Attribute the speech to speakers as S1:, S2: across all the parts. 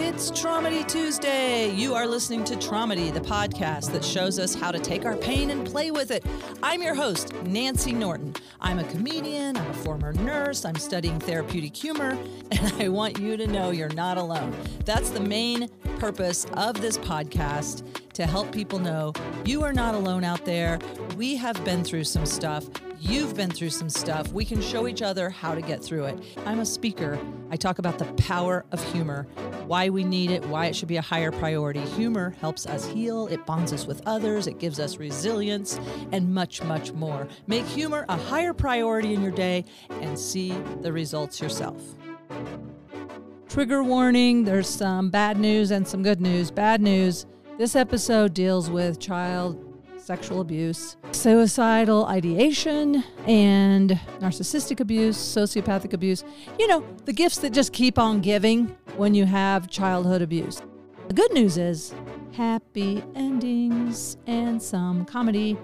S1: It's Traumedy Tuesday. You are listening to Traumedy, the podcast that shows us how to take our pain and play with it. I'm your host, Nancy Norton. I'm a comedian, I'm a former nurse, I'm studying therapeutic humor, and I want you to know you're not alone. That's the main purpose of this podcast to help people know you are not alone out there. We have been through some stuff. You've been through some stuff. We can show each other how to get through it. I'm a speaker. I talk about the power of humor, why we need it, why it should be a higher priority. Humor helps us heal, it bonds us with others, it gives us resilience, and much, much more. Make humor a higher priority in your day and see the results yourself. Trigger warning there's some bad news and some good news. Bad news this episode deals with child sexual abuse, suicidal ideation, and narcissistic abuse, sociopathic abuse. You know, the gifts that just keep on giving when you have childhood abuse. The good news is happy endings and some comedy.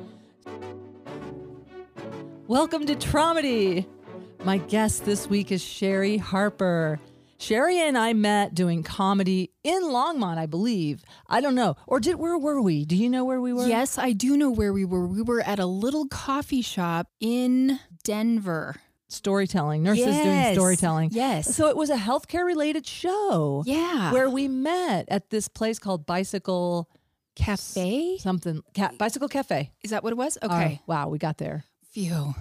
S1: Welcome to Traumedy. My guest this week is Sherry Harper. Sherry and I met doing comedy in Longmont, I believe. I don't know. Or did where were we? Do you know where we were?
S2: Yes, I do know where we were. We were at a little coffee shop in Denver.
S1: Storytelling. Nurses doing
S2: Yes.
S1: storytelling.
S2: Yes.
S1: So it was a healthcare related show.
S2: yeah.
S1: Where we met at this place called Bicycle
S2: cafe?
S1: something ca- Bicycle Cafe.
S2: Is that what it was?
S1: All
S2: Okay.
S1: right. wow, we got there.
S2: Phew. All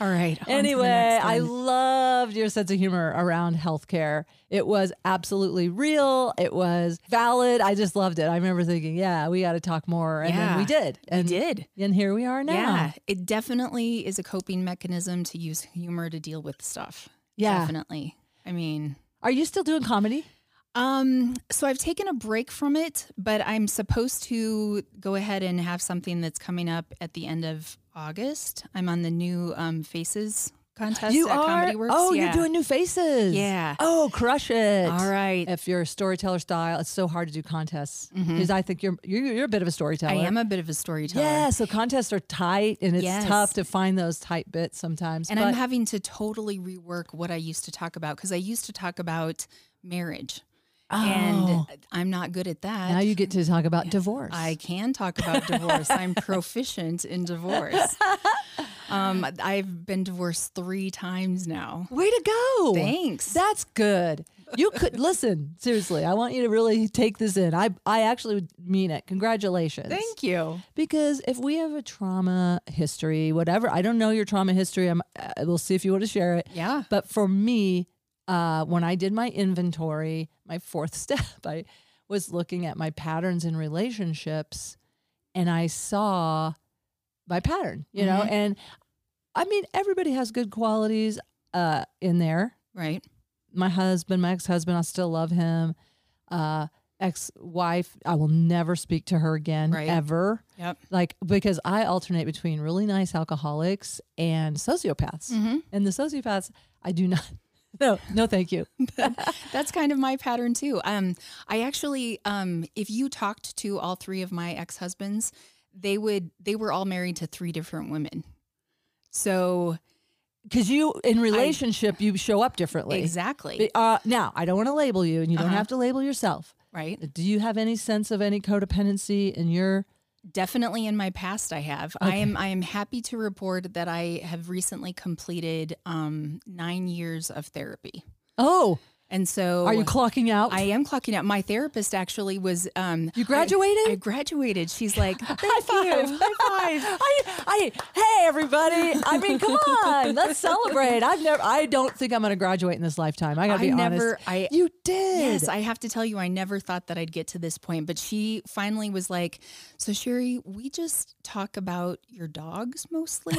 S2: right. on to the
S1: Anyway,
S2: next
S1: I
S2: one.
S1: loved your sense of humor around healthcare. It was absolutely real. It was valid. I just loved it. I remember thinking, yeah, we got to talk more. And then
S2: Yeah,
S1: we did. And,
S2: did.
S1: And here we are now.
S2: Yeah. It definitely is a coping mechanism to use humor to deal with stuff.
S1: Yeah.
S2: Definitely. I mean,
S1: Are you still doing comedy?
S2: Um, so I've taken a break from it, but I'm supposed to go ahead and have something that's coming up at the end of August. I'm on the new um, Faces contest
S1: you
S2: at
S1: are.
S2: Comedy Works.
S1: Oh,
S2: Yeah.
S1: you're doing new faces.
S2: Yeah.
S1: Oh, crush it.
S2: All right.
S1: If you're a storyteller style, it's so hard to do contests because I think you're, you're you're a bit of a storyteller.
S2: Mm-hmm. I am a bit of a storyteller.
S1: Yeah, so contests are tight, and it's
S2: Yes.
S1: tough to find those tight bits sometimes.
S2: And
S1: but-
S2: I'm having to totally rework what I used to talk about because I used to talk about marriage.
S1: Oh.
S2: And I'm not good at that.
S1: now you get to talk about divorce.
S2: I can talk about divorce. I'm proficient in divorce. Um, I've been divorced three times now.
S1: Way to go.
S2: Thanks.
S1: That's good. You could listen, seriously. I want you to really take this in. I I actually would mean it. Congratulations.
S2: you.
S1: Because if we have a trauma history, whatever, I don't know your trauma history. I'm, uh, we'll see if you want to share it.
S2: Yeah.
S1: But for me, uh, when I did my inventory, my fourth step, I was looking at my patterns in relationships and I saw my pattern, you know,
S2: Mhm.
S1: and I mean, everybody has good qualities uh, in there.
S2: Right.
S1: My husband, my ex husband, I still love him. Uh, ex wife, I will never speak to her again,
S2: Right.
S1: ever
S2: Yep.
S1: like because I alternate between really nice alcoholics and sociopaths.
S2: Mhm.
S1: And the sociopaths, I do not. No, no, thank you.
S2: That's kind of my pattern too. Um, I actually, um, if you talked to all three of my ex husbands, they would. They were all married to three different women. So
S1: Because you in relationship, you show up differently.
S2: exactly
S1: Be- Uh, now, I don't want to label you, and you don't
S2: Uh-huh.
S1: have to label yourself.
S2: right.
S1: Do you have any sense of any codependency in your?
S2: Definitely in my past, I have. I am. I am happy to report that I have recently completed um, nine years of therapy,
S1: Oh,
S2: and so
S1: are you clocking out?
S2: Oh. I am clocking out. My therapist actually was. Um,
S1: you graduated.
S2: I, I graduated. She's like,
S1: High five! High five! I, I, hey everybody! I mean, come on, let's celebrate. I've never, I don't think I'm going to graduate in this lifetime. I got to
S2: I
S1: be honest.
S2: never- I-
S1: you did.
S2: Yes, I have to tell you, I never thought that I'd get to this point, but she finally was like, So, Sherry, we just talk about your dogs mostly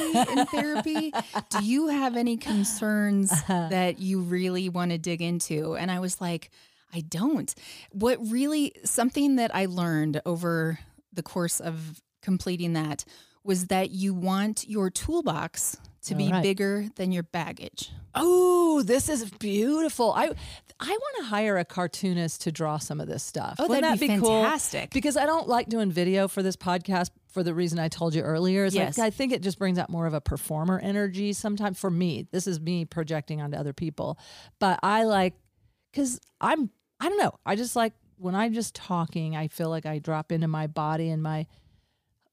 S2: in therapy. Do you have any concerns
S1: Uh-huh.
S2: that you really want to dig into? And I was like, I don't. What really, something that I learned over the course of completing that was that you want your toolbox to be
S1: All right.
S2: bigger than your baggage.
S1: Oh, this is beautiful. I I want to hire a cartoonist to draw some of this stuff.
S2: Oh,
S1: Wouldn't
S2: that'd
S1: that
S2: be
S1: cool?
S2: fantastic.
S1: Because I don't like doing video for this podcast for the reason I told you earlier. Is
S2: Yes.
S1: like I think it just brings out more of a performer energy sometimes for me. This is me projecting onto other people. But I like cuz I'm I don't know. I just like when I'm just talking, I feel like I drop into my body and my,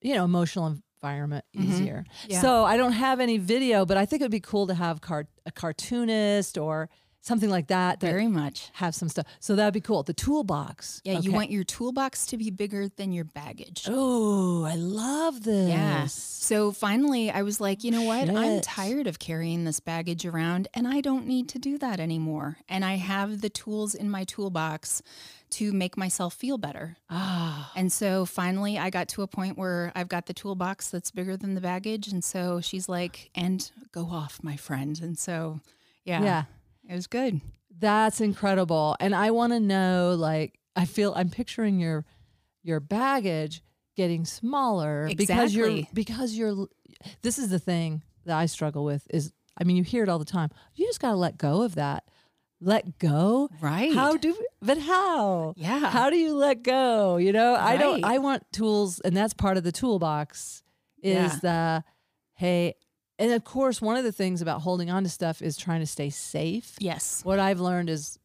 S1: you know, emotional environment
S2: Mhm.
S1: easier.
S2: Yeah.
S1: So I don't have any video, but I think it would be cool to have car- a cartoonist or something like that. that
S2: Very much.
S1: have some stuff. So that'd be cool. The toolbox.
S2: Yeah,
S1: Okay.
S2: you want your toolbox to be bigger than your baggage.
S1: Oh, I love this.
S2: Yeah. So finally, I was like, you know what? I'm
S1: Shit.
S2: tired of carrying this baggage around and I don't need to do that anymore. And I have the tools in my toolbox to make myself feel better.
S1: Ah.
S2: And so finally, I got to a point where I've got the toolbox that's bigger than the baggage. And so she's like, and go off, my friend. And so, yeah,
S1: yeah.
S2: it was good.
S1: That's incredible. And I want to know like I feel I'm picturing your your baggage getting smaller because you're
S2: Exactly.
S1: because you're this is the thing that I struggle with is I mean you hear it all the time. You just got to let go of that. Let go?
S2: Right.
S1: How do but how?
S2: yeah.
S1: How do you let go? You know, I don't
S2: Right.
S1: I want tools and that's part of the toolbox is the hey and of course one of the things about holding on to stuff is trying to stay safe
S2: yes.
S1: what I've learned is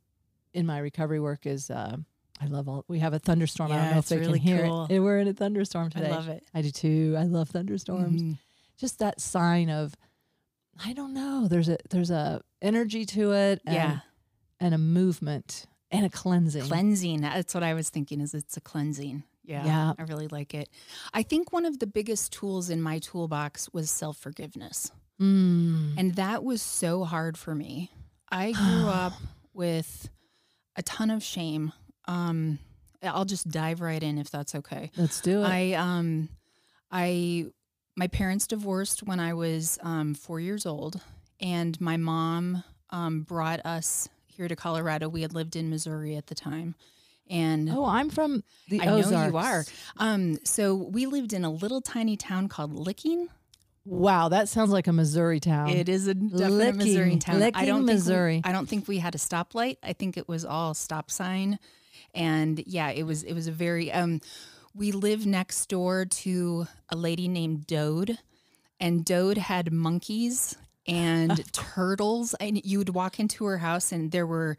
S1: in my recovery work is uh, I love all. We have a thunderstorm. I
S2: Yeah,
S1: don't know if
S2: it's
S1: they
S2: really
S1: can hear
S2: cool.
S1: it. And we're in a thunderstorm today.
S2: I love it.
S1: I do too. I love thunderstorms.
S2: Mhm.
S1: Just that sign of I don't know. There's a there's a energy to it. And,
S2: Yeah.
S1: and a movement and a cleansing.
S2: Cleansing. That's what I was thinking is it's a cleansing. Yeah.
S1: Yeah.
S2: I really like it. I think one of the biggest tools in my toolbox was self-forgiveness.
S1: Mm.
S2: And that was so hard for me. I grew up with a ton of shame. Um, I'll just dive right in if that's okay.
S1: Let's do it.
S2: I um, I my parents divorced when I was um, four years old, and my mom um, brought us here to Colorado. We had lived in Missouri at the time, and
S1: oh, I'm from the
S2: I
S1: Ozarks.
S2: know you are. Um, so we lived in a little tiny town called Licking.
S1: Wow, that sounds like a Missouri town.
S2: It is a definite Missouri
S1: Licking-
S2: town.
S1: Licking,
S2: I don't think we-
S1: Missouri.
S2: I don't think we had a stoplight. I think it was all stop sign, and yeah, it was it was a very. Um, we lived next door to a lady named Dode, and Dode had monkeys and turtles. And you would walk into her house, and there were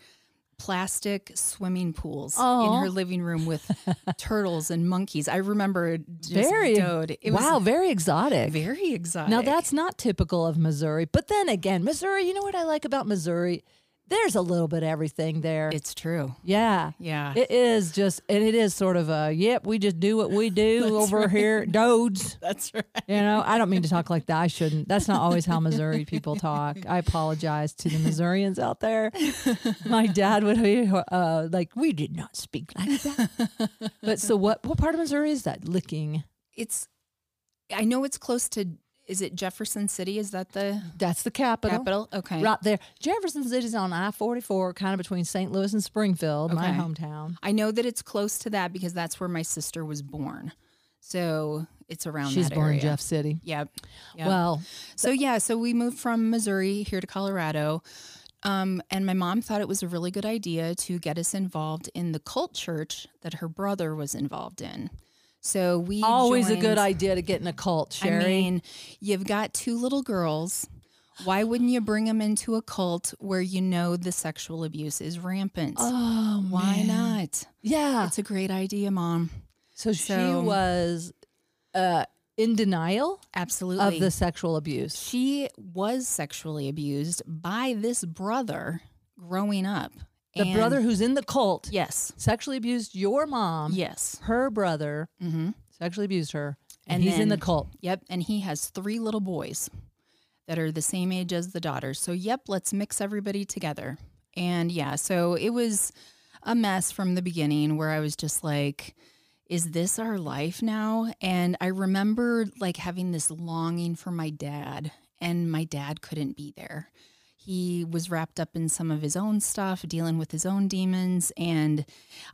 S2: plastic swimming pools in
S1: Aw.
S2: her living room with turtles and monkeys. I remember just
S1: Very-
S2: Dode. It
S1: wow,
S2: was
S1: very exotic.
S2: very exotic.
S1: Now that's not typical of Missouri, but then again, Missouri. You know what I like about Missouri? There's a little bit of everything there.
S2: it's true.
S1: yeah,
S2: Yeah.
S1: it is just, and it is sort of a yep. We just do what we do over here, dodes.
S2: That's right.
S1: You know, I don't mean to talk like that. I shouldn't. That's not always how Missouri people talk. I apologize to the Missourians out there. My dad would be uh, like, "We did not speak like that." But so, what? What part of Missouri is that? Licking.
S2: It's I know it's close to is it Jefferson City? Is that the
S1: That's the capital.
S2: capital? Okay.
S1: Right there. Jefferson City's on I 44, kind of between St. Louis and Springfield, my
S2: Okay.
S1: hometown.
S2: I know that it's close to that because that's where my sister was born. So it's around
S1: She's
S2: that
S1: born in
S2: area.
S1: Jeff City.
S2: Yep. yep.
S1: Well,
S2: so yeah, so we moved from Missouri here to Colorado. Um, and my mom thought it was a really good idea to get us involved in the cult church that her brother was involved in. So we
S1: always a
S2: joined-
S1: good idea to get in a cult, Sherry.
S2: I mean, you've got two little girls. Why wouldn't you bring them into a cult where you know the sexual abuse is rampant?
S1: oh,
S2: Why
S1: man.
S2: not?
S1: Yeah.
S2: It's a great idea, mom.
S1: so she
S2: so-
S1: was uh, in denial
S2: Absolutely.
S1: of the sexual abuse.
S2: she was sexually abused by this brother growing up.
S1: The
S2: And-
S1: brother Um, who's in the cult
S2: Yes.
S1: sexually abused your mom.
S2: Yes.
S1: Her brother
S2: hmm
S1: sexually abused her. And,
S2: And
S1: he's in the
S2: then-
S1: cult.
S2: Yep. And he has three little boys that are the same age as the daughters. So, yep, let's mix everybody together. And yeah, so it was a mess from the beginning where I was just like, is this our life now? And I remember like having this longing for my dad, and my dad couldn't be there. He was wrapped up in some of his own stuff, dealing with his own demons. And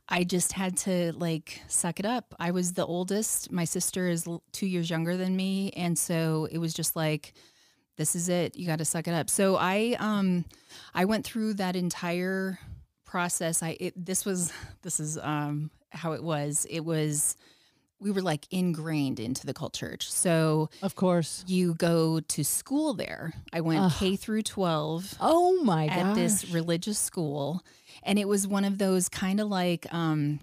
S2: I just had to like suck it up. I was the oldest. My sister is l- two years younger than me. And so it was just like, this is it. You got to suck it up. So I, um, I went through that entire process. I, it, this was, this is, um, how it was. It was, we- we were like ingrained into the culture. So
S1: Of course.
S2: you go to school there. I went
S1: Ugh.
S2: K through 12
S1: Oh my
S2: at
S1: god.
S2: this religious school. And it was one of those kind of like, um,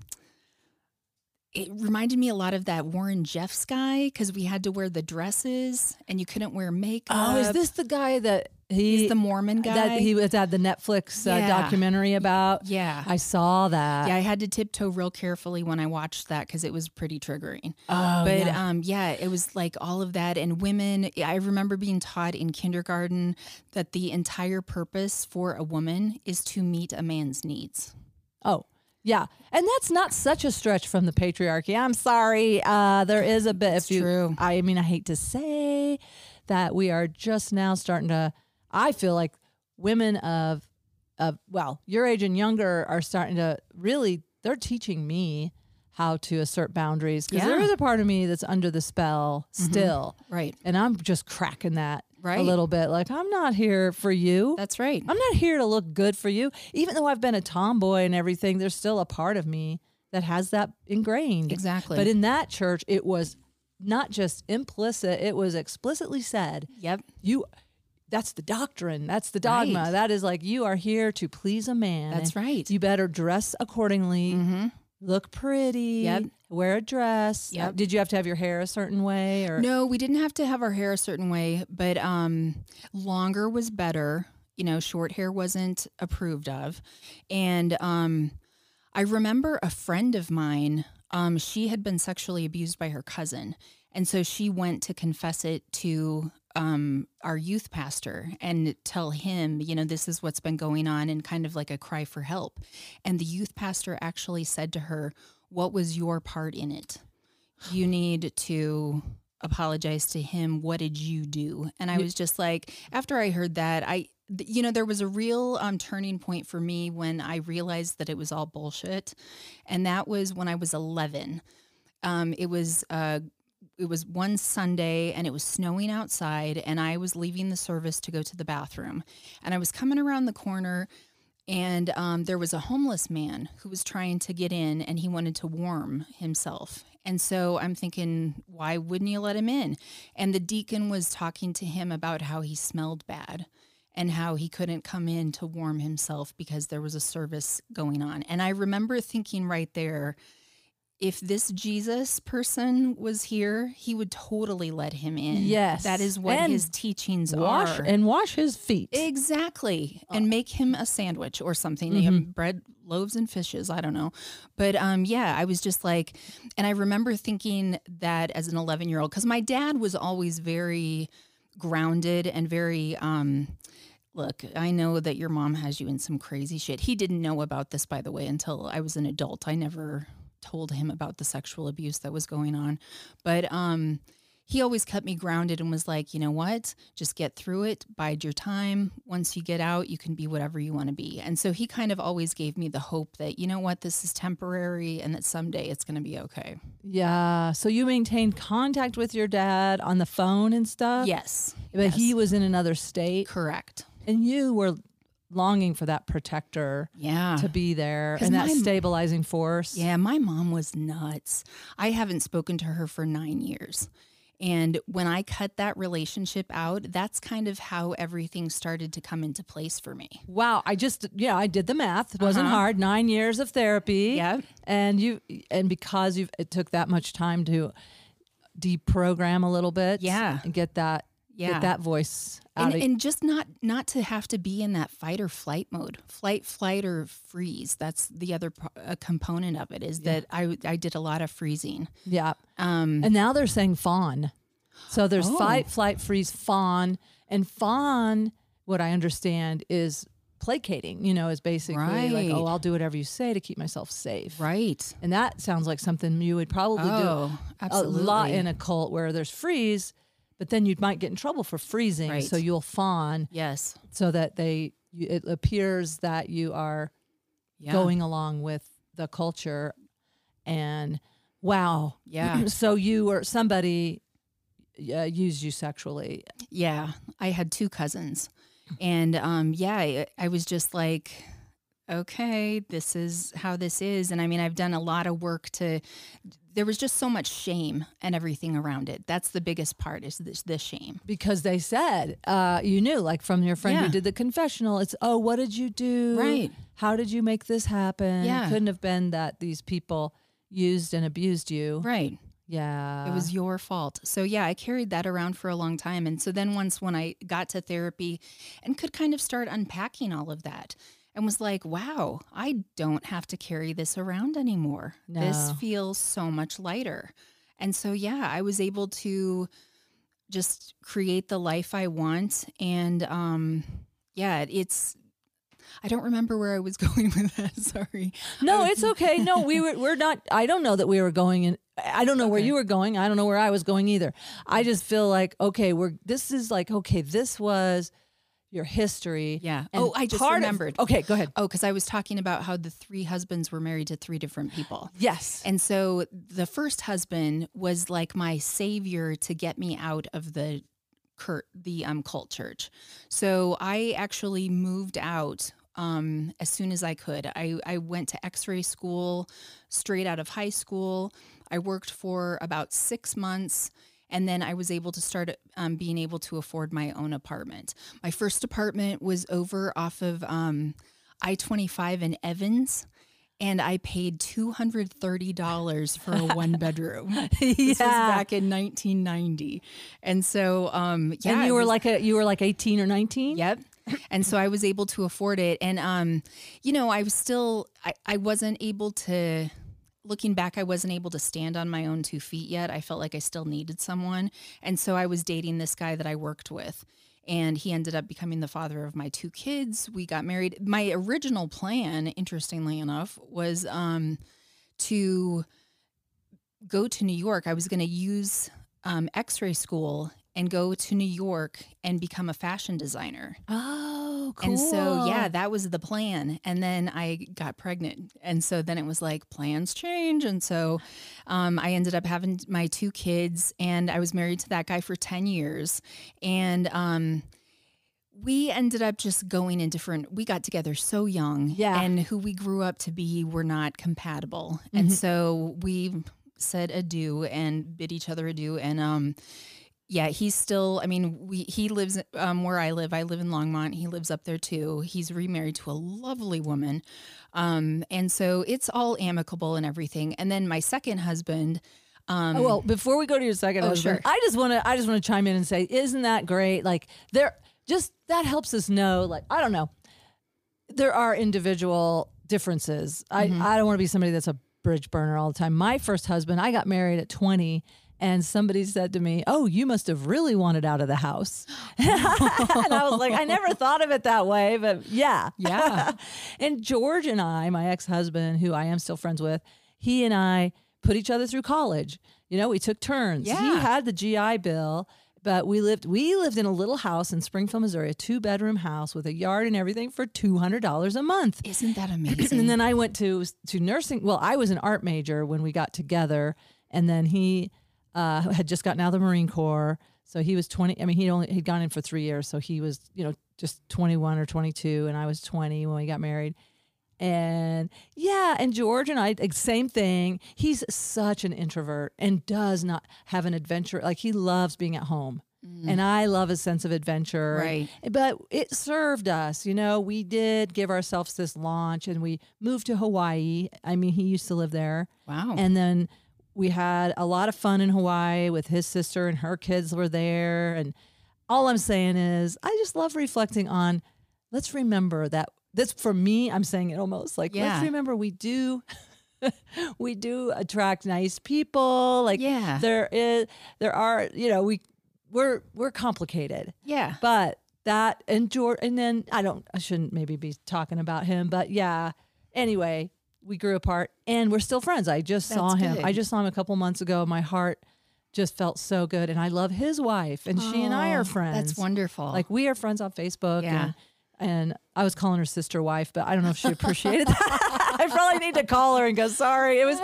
S2: it reminded me a lot of that Warren Jeffs guy because we had to wear the dresses and you couldn't wear makeup.
S1: oh, is this the guy that he
S2: uh, He's the Mormon guy.
S1: that he was at the Netflix uh,
S2: Yeah.
S1: documentary about?
S2: yeah.
S1: I saw that.
S2: yeah, I had to tiptoe real carefully when I watched that because it was pretty triggering.
S1: Oh,
S2: but
S1: yeah.
S2: um yeah it was like all of that and women i remember being taught in kindergarten that the entire purpose for a woman is to meet a man's needs
S1: oh. Yeah, and that's not such a stretch from the patriarchy. I'm sorry, uh, there is a bit. If you,
S2: true.
S1: I mean, I hate to say that we are just now starting to. I feel like women of, of well, your age and younger are starting to really. They're teaching me how to assert boundaries because there
S2: Yeah.
S1: is a part of me that's under the spell still,
S2: right
S1: and I'm just cracking that a
S2: Right.
S1: little bit. Like I'm not here for you.
S2: that's right
S1: I'm not here to look good for you. Even though I've been a tomboy and everything, there's still a part of me that has that ingrained.
S2: exactly
S1: But in that church, it was not just implicit, it was explicitly said,
S2: yep
S1: you that's the doctrine, that's the dogma.
S2: Right.
S1: That is like you are here to please a man.
S2: that's right
S1: You better dress accordingly.
S2: Mhm.
S1: Look pretty.
S2: Yep.
S1: Wear a dress.
S2: Yep.
S1: Did you have to have your hair a certain way or
S2: no we didn't have to have our hair a certain way but um longer was better you know short hair wasn't approved of and um I remember a friend of mine, um, she had been sexually abused by her cousin. And so she went to confess it to um, our youth pastor and tell him, you know, this is what's been going on and kind of like a cry for help. And the youth pastor actually said to her, What was your part in it? You need to apologize to him. What did you do? And I was just like, after I heard that, I, th- you know, there was a real um, turning point for me when I realized that it was all bullshit, and that was when I was 11. Um, it was uh, it was one Sunday, and it was snowing outside, and I was leaving the service to go to the bathroom, and I was coming around the corner. And um, there was a homeless man who was trying to get in and he wanted to warm himself. And so I'm thinking, why wouldn't you let him in? And the deacon was talking to him about how he smelled bad and how he couldn't come in to warm himself because there was a service going on. And I remember thinking right there, if this Jesus person was here, he would totally let him in.
S1: Yes.
S2: That is what
S1: And
S2: his teachings
S1: wash
S2: are.
S1: and wash his feet?
S2: Exactly. And make him a sandwich or something. you know, bread, loaves, and fishes. I don't know. But um, yeah, I was just like, and I remember thinking that as an 11 year old, because my dad was always very grounded and very. Um, Look, I know that your mom has you in some crazy shit. He didn't know about this, by the way, until I was an adult. I never told him about the sexual abuse that was going on. But um, he always kept me grounded and was like, you know what? Just get through it, bide your time. Once you get out, you can be whatever you want to be. And so he kind of always gave me the hope that, you know what, this is temporary and that someday it's going to be okay.
S1: Yeah. So you maintained contact with your dad on the phone and stuff?
S2: yes.
S1: But he
S2: yes.
S1: was in another state
S2: Correct.
S1: and you were longing for that protector
S2: Yeah.
S1: to be there
S2: 'Cause
S1: and that
S2: my m-
S1: stabilizing force.
S2: Yeah, my mom was nuts. I haven't spoken to her for nine years. And when I cut that relationship out, that's kind of how everything started to come into place for me.
S1: Wow. I just, yeah, I did the math. It wasn't
S2: Uh-huh.
S1: hard. Nine years of therapy.
S2: Yeah.
S1: And you, and because you've, it took that much time to deprogram a little bit.
S2: Yeah.
S1: And get that,
S2: Yeah.
S1: get that voice out
S2: and,
S1: of
S2: and just not not to have to be in that fight or flight mode flight flight or freeze that's the other pro- a component of it is that i i did a lot of freezing
S1: Yeah.
S2: um
S1: And now they're saying fawn. So there's
S2: Oh.
S1: fight, flight, freeze, fawn. And fawn, what I understand is placating, you know, is basically like, oh,
S2: Right.
S1: I'll do whatever you say to keep myself safe.
S2: right
S1: And that sounds like something you would probably
S2: oh
S1: do
S2: absolutely
S1: a lot in a cult where there's freeze, but then you might get in trouble for freezing.
S2: Right.
S1: So you'll fawn
S2: yes
S1: so that they, you, it appears that you are
S2: yeah
S1: going along with the culture and wow
S2: Yeah.
S1: so you or somebody uh, used you sexually
S2: yeah i had two cousins and um yeah i, I was just like okay, this is how this is. And I mean, I've done a lot of work to, there was just so much shame and everything around it. That's the biggest part is this, the shame.
S1: because they said uh, you knew like from your friend who
S2: Yeah.
S1: did the confessional it's oh what did you do
S2: Right.
S1: how did you make this happen
S2: Yeah.
S1: couldn't have been that these people used and abused you
S2: Right.
S1: yeah
S2: It was your fault. So yeah, I carried that around for a long time. And so then once when I got to therapy and could kind of start unpacking all of that and was like, wow, I don't have to carry this around anymore. This
S1: No.
S2: feels so much lighter. And so yeah, I was able to just create the life I want and um yeah, it's I don't remember where I was going with that. Sorry.
S1: no it's okay no we were we're not i don't know that we were going in i don't know where
S2: Okay.
S1: you were going i don't know where i was going either i just feel like okay we're this is like okay this was your history
S2: Yeah.
S1: and
S2: oh, I just
S1: part of-
S2: remembered.
S1: okay go ahead
S2: Oh, because I was talking about how the three husbands were married to three different people.
S1: yes
S2: And so the first husband was like my savior to get me out of the cur- the um, cult church. So I actually moved out um, as soon as I could. I, I went to x ray school straight out of high school. I worked for about six months. And then I was able to start um, being able to afford my own apartment. My first apartment was over off of um, I 25 in Evans. And I paid $230 for a one bedroom. This was back in 1990. And so, um, yeah.
S1: and
S2: it
S1: you were
S2: was-
S1: like a you were like 18 or 19
S2: Yep. And so I was able to afford it. And, um, you know, I was still, I, I wasn't able to, looking back, I wasn't able to stand on my own two feet yet. I felt like I still needed someone. And so I was dating this guy that I worked with. And he ended up becoming the father of my two kids. We got married. My original plan, interestingly enough, was um, to go to New York. I was going to use um, x ray school and go to New York and become a fashion designer.
S1: Oh, cool.
S2: And so, yeah, that was the plan. And then I got pregnant. And so then it was like plans change. And so um, I ended up having my two kids, and I was married to that guy for 10 years. And um, we ended up just going in different, we got together so young.
S1: Yeah.
S2: And who we grew up to be were not compatible.
S1: Mm-hmm.
S2: And so we said adieu and bid each other adieu. And, um, yeah, he's still. I mean, we he lives um, where I live. I live in Longmont. He lives up there too. He's remarried to a lovely woman, um, and so it's all amicable and everything. And then my second husband, um,
S1: Oh, well, before we go to your second
S2: Oh,
S1: husband,
S2: sure.
S1: I just want to I just want to chime in and say, isn't that great? Like there, just that helps us know. Like I don't know, there are individual differences. I I don't want to be somebody that's a bridge burner all the time. My first husband, I got married at twenty. And somebody said to me, "Oh, you must have really wanted out of the house." and I was like, "I never thought of it that way, but yeah,
S2: Yeah.
S1: and George and I, my ex husband, who I am still friends with, he and I put each other through college. You know, we took turns. He
S2: Yeah.
S1: had the GI Bill, but we lived we lived in a little house in Springfield, Missouri, a two bedroom house with a yard and everything for two hundred dollars a month.
S2: isn't that amazing?
S1: And then I went to to nursing. Well, I was an art major when we got together, and then he uh, had just gotten out of the Marine Corps, so he was twenty. I mean, he'd only he'd gone in for three years, so he was you know just twenty one or twenty two, and I was twenty when we got married. And yeah, and George and I, like, same thing. He's such an introvert and does not have an adventure. Like he loves being at home, and I love a sense of adventure.
S2: Mm. Right.
S1: But it served us, you know. We did give ourselves this launch, and we moved to Hawaii. I mean, he used to live there,
S2: wow.
S1: and then we had a lot of fun in Hawaii with his sister and her kids were there. And all I'm saying is, I just love reflecting on. Let's remember that. That's for me. I'm saying it almost like
S2: Yeah.
S1: let's remember we do. we do attract nice people. Like
S2: Yeah.
S1: there is, there are. You know, we we're we're complicated.
S2: yeah.
S1: But that and George, and then I don't, I shouldn't maybe be talking about him, but yeah. Anyway, we grew apart and we're still friends. I just saw
S2: That's
S1: him. I
S2: good.
S1: just saw him a couple months ago. My heart just felt so good, and I love his wife, and she and I
S2: Oh,
S1: are friends.
S2: That's wonderful.
S1: Like we are friends on Facebook.
S2: Yeah.
S1: And, and I was calling her sister wife, but I don't know if she appreciated that. I probably need to call her and go, sorry. It was,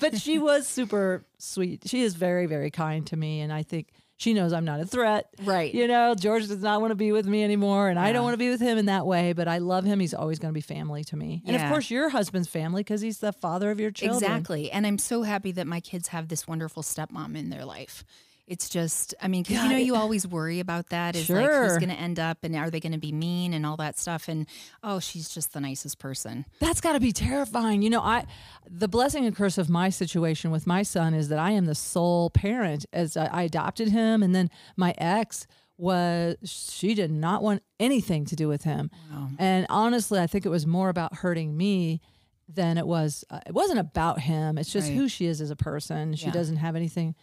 S1: but she was super sweet. She is very, very kind to me. And I think She knows I'm not a threat.
S2: Right.
S1: You know, George does not want to be with me anymore, and I
S2: Yeah.
S1: don't want to be with him in that way, but I love him. He's always going to be family to me. And of
S2: Yeah.
S1: course, your husband's family because he's the father of your children.
S2: Exactly. And I'm so happy that my kids have this wonderful stepmom in their life. It's just, I mean, 'cause
S1: God,
S2: you know,
S1: it-
S2: you always worry about that is like
S1: Sure.
S2: who's going to end up and are they going to be mean and all that stuff. And oh, she's just the nicest person.
S1: That's got to be terrifying. You know, I the blessing and curse of my situation with my son is that I am the sole parent as I, I adopted him and then my ex was she did not want anything to do with him. And honestly, I think it was more about hurting me than it was uh, it wasn't about him. It's just
S2: Right.
S1: who she is as a person. She
S2: Yeah.
S1: doesn't have anything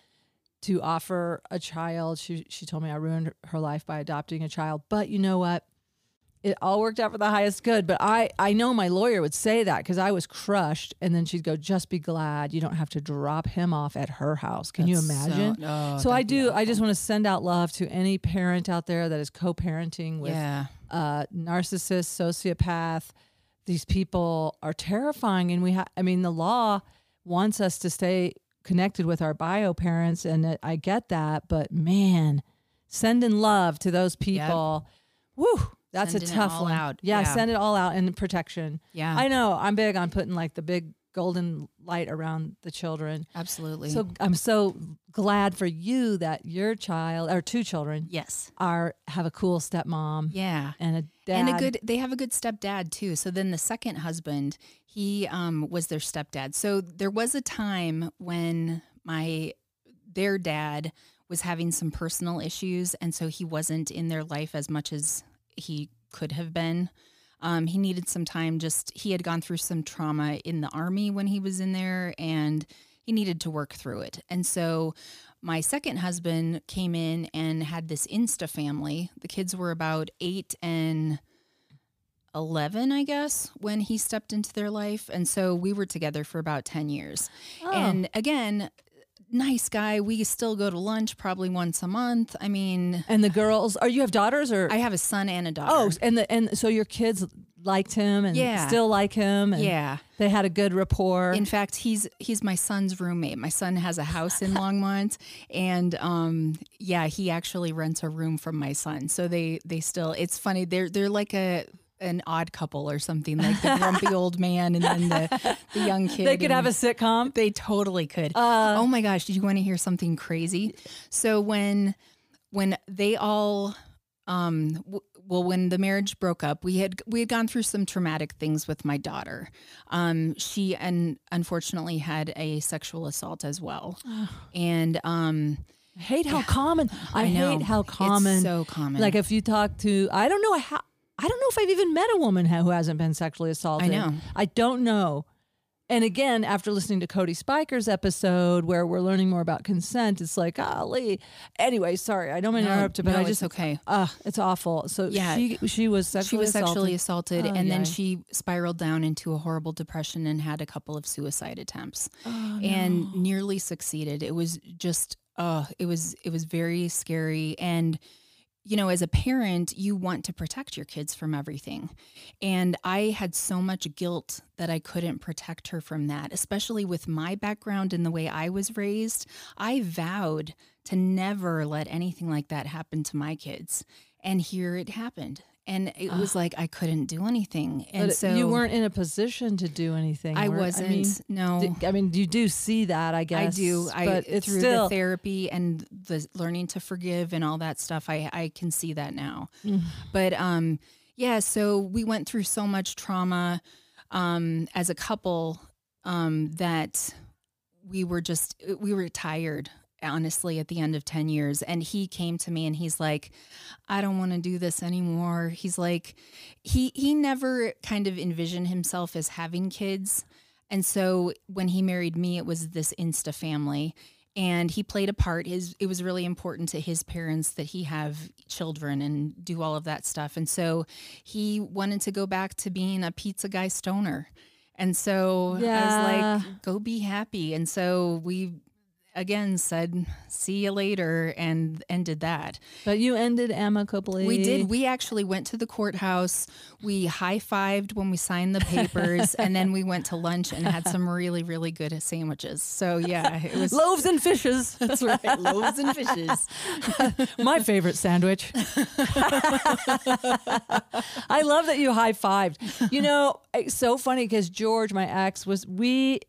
S1: to offer a child. She she told me I ruined her life by adopting a child. But you know what? It all worked out for the highest good. But I I know my lawyer would say that because I was crushed, and then she'd go, "Just be glad you don't have to drop him off at her house." Can you
S2: That's so-
S1: imagine?
S2: oh,
S1: So I
S2: that'd be
S1: do. I
S2: awful.
S1: just want to send out love to any parent out there that is co-parenting with
S2: yeah.
S1: uh, narcissist, sociopath. These people are terrifying, and we. Ha- I mean, the law wants us to stay connected with our bio parents, and I- I get that. But man, sending love to those people. Woo, that's
S2: Sending
S1: a
S2: it
S1: tough
S2: all
S1: one.
S2: out.
S1: Yeah,
S2: Yeah.
S1: send it all out and protection.
S2: Yeah.
S1: I know. I'm big on putting like the big golden light around the children.
S2: absolutely.
S1: So I'm so glad for you that your child or two children
S2: yes.
S1: are have a cool stepmom
S2: Yeah.
S1: and a dad
S2: And a good, they have a good stepdad too. So then the second husband, he um, was their stepdad. So there was a time when my their dad was having some personal issues, and so he wasn't in their life as much as he could have been. Um, he needed some time. Just he had gone through some trauma in the army when he was in there, and he needed to work through it. And so my second husband came in and had this Insta family. The kids were about eight and 11, I guess, when he stepped into their life. And so we were together for about 10 years.
S1: Oh.
S2: And again, nice guy. We still go to lunch probably once a month. I mean,
S1: and the girls are you have daughters or
S2: I have a son and a daughter.
S1: oh and the and so your kids liked him and
S2: Yeah.
S1: still like him and
S2: yeah.
S1: they had a good rapport
S2: In fact, he's he's my son's roommate. My son has a house in Longmont, and um, yeah, he actually rents a room from my son. So they they still. It's funny. They're they're like a an odd couple or something, like the grumpy old man and then the, the young kid.
S1: they could
S2: and-
S1: have a sitcom
S2: they totally could.
S1: Uh,
S2: oh my gosh, did you want to hear something crazy? So when when they all um w- well when the marriage broke up, we had we had gone through some traumatic things with my daughter. Um she and unfortunately had a sexual assault as well. and um
S1: I hate how common i,
S2: I know
S1: hate how common
S2: it's so common.
S1: like if you talk to i don't know how i don't know if i've even met a woman ha- who hasn't been sexually assaulted
S2: know.
S1: i don't know and again after listening to cody spiker's episode where we're learning more about consent it's like golly anyway sorry i don't mean to
S2: No,
S1: interrupt you but
S2: no,
S1: i
S2: it's
S1: just
S2: okay.
S1: uh, it's awful so
S2: Yeah.
S1: she she was
S2: she
S1: sexually
S2: was sexually
S1: assaulted.
S2: assaulted,
S1: Oh,
S2: and then
S1: yay.
S2: she spiraled down into a horrible depression and had a couple of suicide attempts
S1: Oh,
S2: and nearly succeeded it was just uh it was it was very scary and you know as a parent you want to protect your kids from everything and i had so much guilt that i couldn't protect her from that especially with my background and the way i was raised i vowed to never let anything like that happen to my kids and here it happened and it was like i couldn't do anything
S1: Ah. But
S2: and so
S1: you weren't in a position to do anything
S2: i
S1: were-
S2: wasn't
S1: I mean,
S2: no
S1: d- I mean, you do see that, I guess.
S2: I do. I
S1: but it's
S2: through
S1: still
S2: the therapy and the learning to forgive and all that stuff. I I can see that now.
S1: Mm.
S2: But um, yeah. So we went through so much trauma, um, as a couple, um, that we were just we were tired honestly at the end of 10 years and he came to me and he's like I don't want to do this anymore he's like he he never kind of envisioned himself as having kids and so when he married me it was this insta family and he played a part his it was really important to his parents that he have children and do all of that stuff and so he wanted to go back to being a pizza guy stoner and so I was
S1: Yeah.
S2: like go be happy. And so we again said, "See you later," and ended that.
S1: But you ended amicably.
S2: We did. We actually went to the courthouse. We high fived when we signed the papers, and then we went to lunch and had some really, really good sandwiches. So yeah, it was
S1: Loaves and fishes.
S2: that's right, loaves and fishes.
S1: My favorite sandwich. I love that you high fived. You know, it's so funny because George, my ex, was we.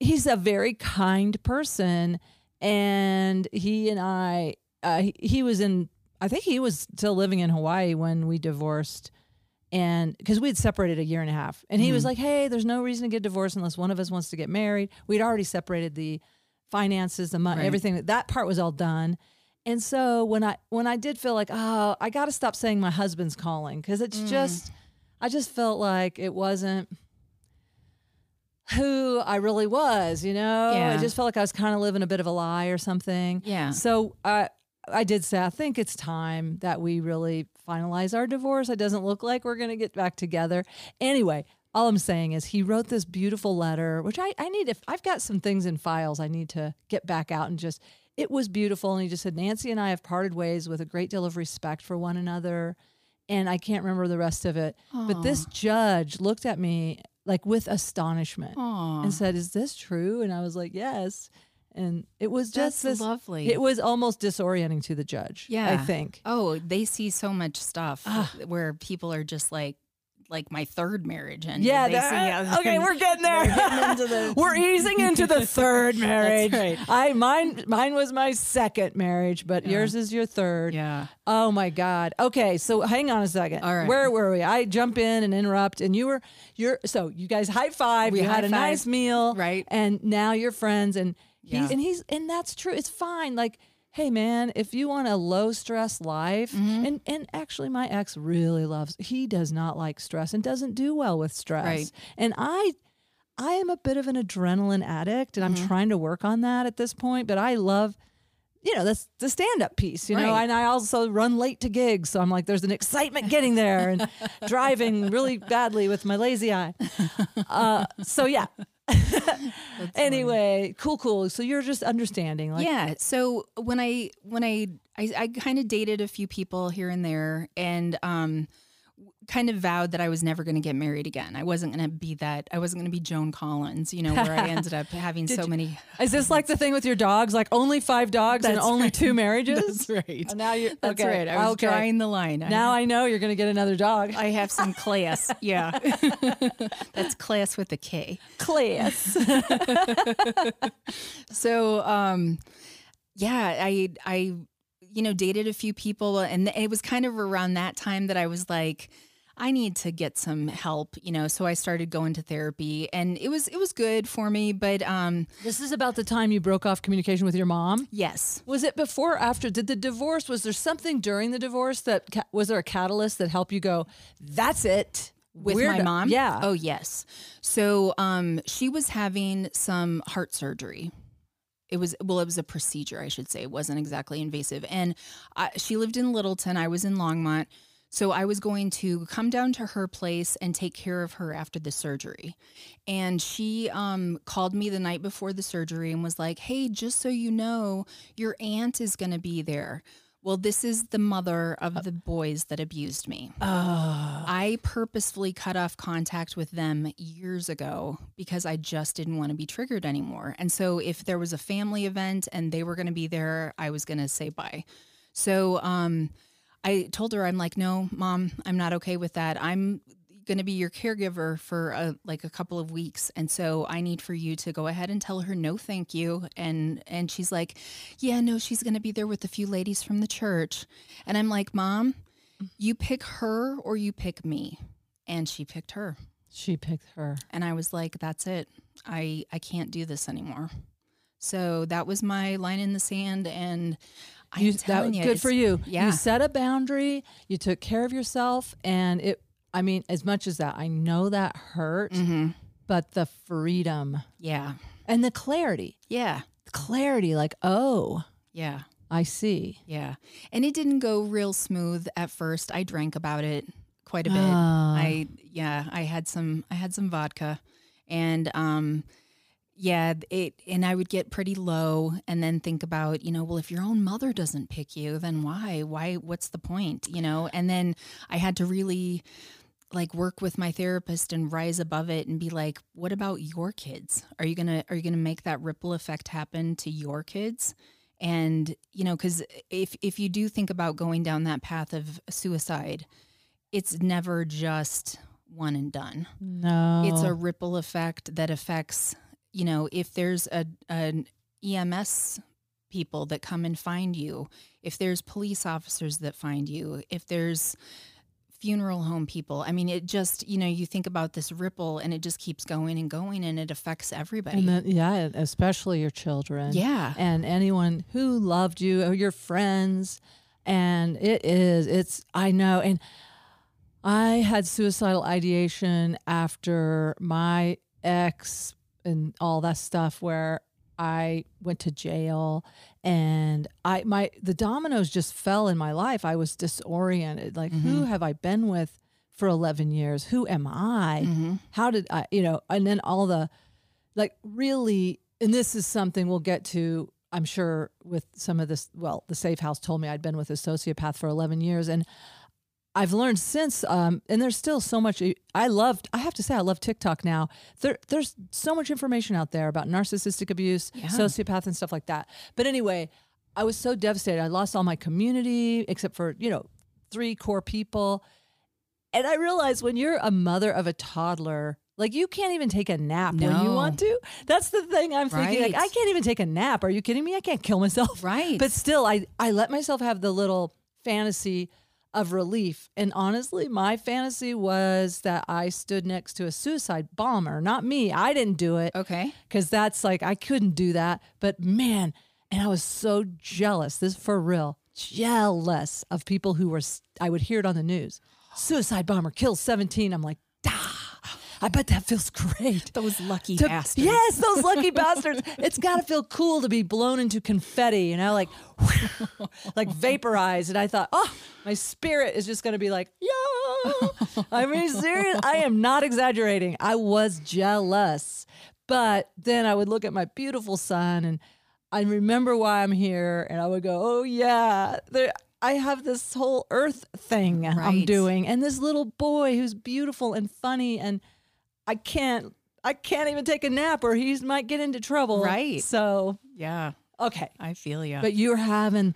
S1: He's a very kind person, and he and I. Uh, he, he was in. I think he was still living in Hawaii when we divorced. And because we had separated a year and a half, and he was like, "Hey, there's no reason to get divorced unless one of us wants to get married." We'd already separated the finances, the money,
S2: Right.
S1: everything. That part was all done. And so when I when I did feel like, oh, I got to stop saying my husband's calling because it's just, I just felt like it wasn't who I really was. You know, I
S2: Yeah.
S1: just felt like I was kind of living a bit of a lie or something.
S2: Yeah.
S1: So I I did say I think it's time that we really finalize our divorce. It doesn't look like we're going to get back together. Anyway, all I'm saying is he wrote this beautiful letter, which I I need if I've got some things in files I need to get back out and just it was beautiful and he just said Nancy and I have parted ways with a great deal of respect for one another and I can't remember the rest of it. But this judge looked at me like with astonishment
S2: Aw.
S1: and said, "Is this true?" And I was like, "Yes." And it was just
S2: That's
S1: this
S2: lovely.
S1: It was almost disorienting to the judge. I
S2: Yeah.
S1: think.
S2: Oh, they see so much stuff
S1: Ah.
S2: where people are just like, like my third marriage, and
S1: Yeah.
S2: they
S1: that-
S2: see how-
S1: okay, we're getting there. We're, easing into the third marriage.
S2: right.
S1: I mine mine was my second marriage, but yours is your third.
S2: yeah.
S1: Oh my God. Okay, so hang on a second.
S2: All right.
S1: Where were we? I jump in and interrupt, and you were you're so you guys high five.
S2: We
S1: you had a
S2: high-fived,
S1: nice meal,
S2: right.
S1: And now you're friends, and he's
S2: Yeah.
S1: and he's and that's true. It's fine. Like, hey man, if you want a low stress life,
S2: Mm-hmm.
S1: and and actually my ex really loves. He does not like stress and doesn't do well with stress.
S2: Right.
S1: And I I am a bit of an adrenaline addict and
S2: Mm-hmm.
S1: I'm trying to work on that at this point, but I love you know, that's the stand up piece, you know,
S2: Right.
S1: and I also run late to gigs. So I'm like, there's an excitement getting there and driving really badly with my lazy eye. Uh, so, yeah. anyway, cool, cool. So you're just understanding. Like,
S2: yeah so when i when i i, I kind of dated a few people here and there and um w- kind of vowed that i was never going to get married again i wasn't going to be that i wasn't going to be joan collins you know where i ended up having so many
S1: is this like the thing with your dogs? Like, only five dogs and
S2: That's
S1: only
S2: right.
S1: two marriages?
S2: that's right
S1: Oh, Now you're
S2: that's
S1: okay.
S2: right i was
S1: okay.
S2: drawing the line
S1: Now
S2: I,
S1: I know you're going to get another dog.
S2: I have some class yeah that's class with a k
S1: Class.
S2: So um yeah, I I you know dated a few people and it was kind of around that time that I was like I need to get some help, you know, so I started going to therapy and it was it was good for me, but um
S1: this is about the time you broke off communication with your mom.
S2: yes.
S1: Was it before or after? Did the divorce, was there something during the divorce that, ca- was there a catalyst that helped you go, that's it?
S2: With
S1: We're
S2: my
S1: do-
S2: mom?
S1: Yeah.
S2: Oh yes. So um she was having some heart surgery. It was well, it was a procedure, I should say. It wasn't exactly invasive. And I, she lived in Littleton. I was in Longmont. So I was going to come down to her place and take care of her after the surgery. And she um, called me the night before the surgery and was like, "Hey, just so you know, your aunt is going to be there." Well, this is the mother of the boys that abused me. I purposefully cut off contact with them years ago because I just didn't want to be triggered anymore. And so if there was a family event and they were going to be there, I was going to say bye. So um, I told her, I'm like, no, mom, I'm not okay with that. I'm going to be your caregiver for a, like a couple of weeks and so i need for you to go ahead and tell her no thank you and and she's like yeah no she's going to be there with a few ladies from the church and i'm like mom you pick her or you pick me and she picked her
S1: She picked her.
S2: and i was like that's it i i can't do this anymore so that was my line in the sand and i'm
S1: You,
S2: telling
S1: that,
S2: you
S1: good for
S2: it's-
S1: you.
S2: yeah.
S1: You set a boundary, you took care of yourself. And it, I mean, as much as that, I know that hurt,
S2: Mm-hmm.
S1: but the freedom
S2: yeah
S1: and the clarity,
S2: yeah
S1: clarity, like, oh,
S2: yeah
S1: I see.
S2: yeah and it didn't go real smooth at first i drank about it quite a bit
S1: Ah.
S2: i yeah i had some i had some vodka and um yeah, it and I would get pretty low and then think about, you know, well if your own mother doesn't pick you, then why? Why what's the point, you know? And then I had to really like work with my therapist and rise above it and be like, what about your kids? Are you going to are you going to make that ripple effect happen to your kids? And, you know, cuz if if you do think about going down that path of suicide, it's never just one and done
S1: No.
S2: it's a ripple effect that affects you know if there's a an EMS people that come and find you if there's police officers that find you if there's funeral home people i mean it just you know you think about this ripple and it just keeps going and going and it affects everybody
S1: and then, yeah, especially your children.
S2: yeah
S1: and anyone who loved you or your friends. And it is, it's, I know. And I had suicidal ideation after my ex and all that stuff where I went to jail and I, my, the dominoes just fell in my life. I was disoriented. Like, who have I been with for 11 years? Who am I?
S2: Mhm.
S1: how did I, you know, and then all the like really, and this is something we'll get to, I'm sure, with some of this. Well, the safe house told me I'd been with a sociopath for 11 years. And I've learned since, um, and there's still so much. I loved, I have to say, I love TikTok now. There, there's so much information out there about narcissistic abuse,
S2: Yeah.
S1: sociopath, and stuff like that. But anyway, I was so devastated. I lost all my community except for, you know, three core people. And I realized when you're a mother of a toddler, like you can't even take a nap when you
S2: No.
S1: want to. That's the thing I'm thinking. Like,
S2: Right.
S1: I can't even take a nap. Are you kidding me? I can't kill myself.
S2: right
S1: But still, I, I let myself have the little fantasy of relief. And honestly, my fantasy was that I stood next to a suicide bomber, not me. I didn't do it
S2: okay
S1: because that's like, I couldn't do that. But man, and I was so jealous. This for real, jealous of people who were, s- I would hear it on the news suicide bomber kills 17. I'm like, ah, I bet that feels great.
S2: those lucky
S1: To-
S2: bastards
S1: Yes, those lucky bastards. It's got to feel cool to be blown into confetti, you know, like like vaporized. And I thought, oh, my spirit is just going to be like, yo. I mean, serious. I am not exaggerating. I was jealous, but then I would look at my beautiful son and I remember why I'm here, and I would go, oh yeah, there. I have this whole earth thing I'm
S2: Right.
S1: doing, and this little boy who's beautiful and funny and I can't I can't even take a nap or he might get into trouble.
S2: Right.
S1: So
S2: yeah
S1: okay.
S2: i feel you
S1: But you're having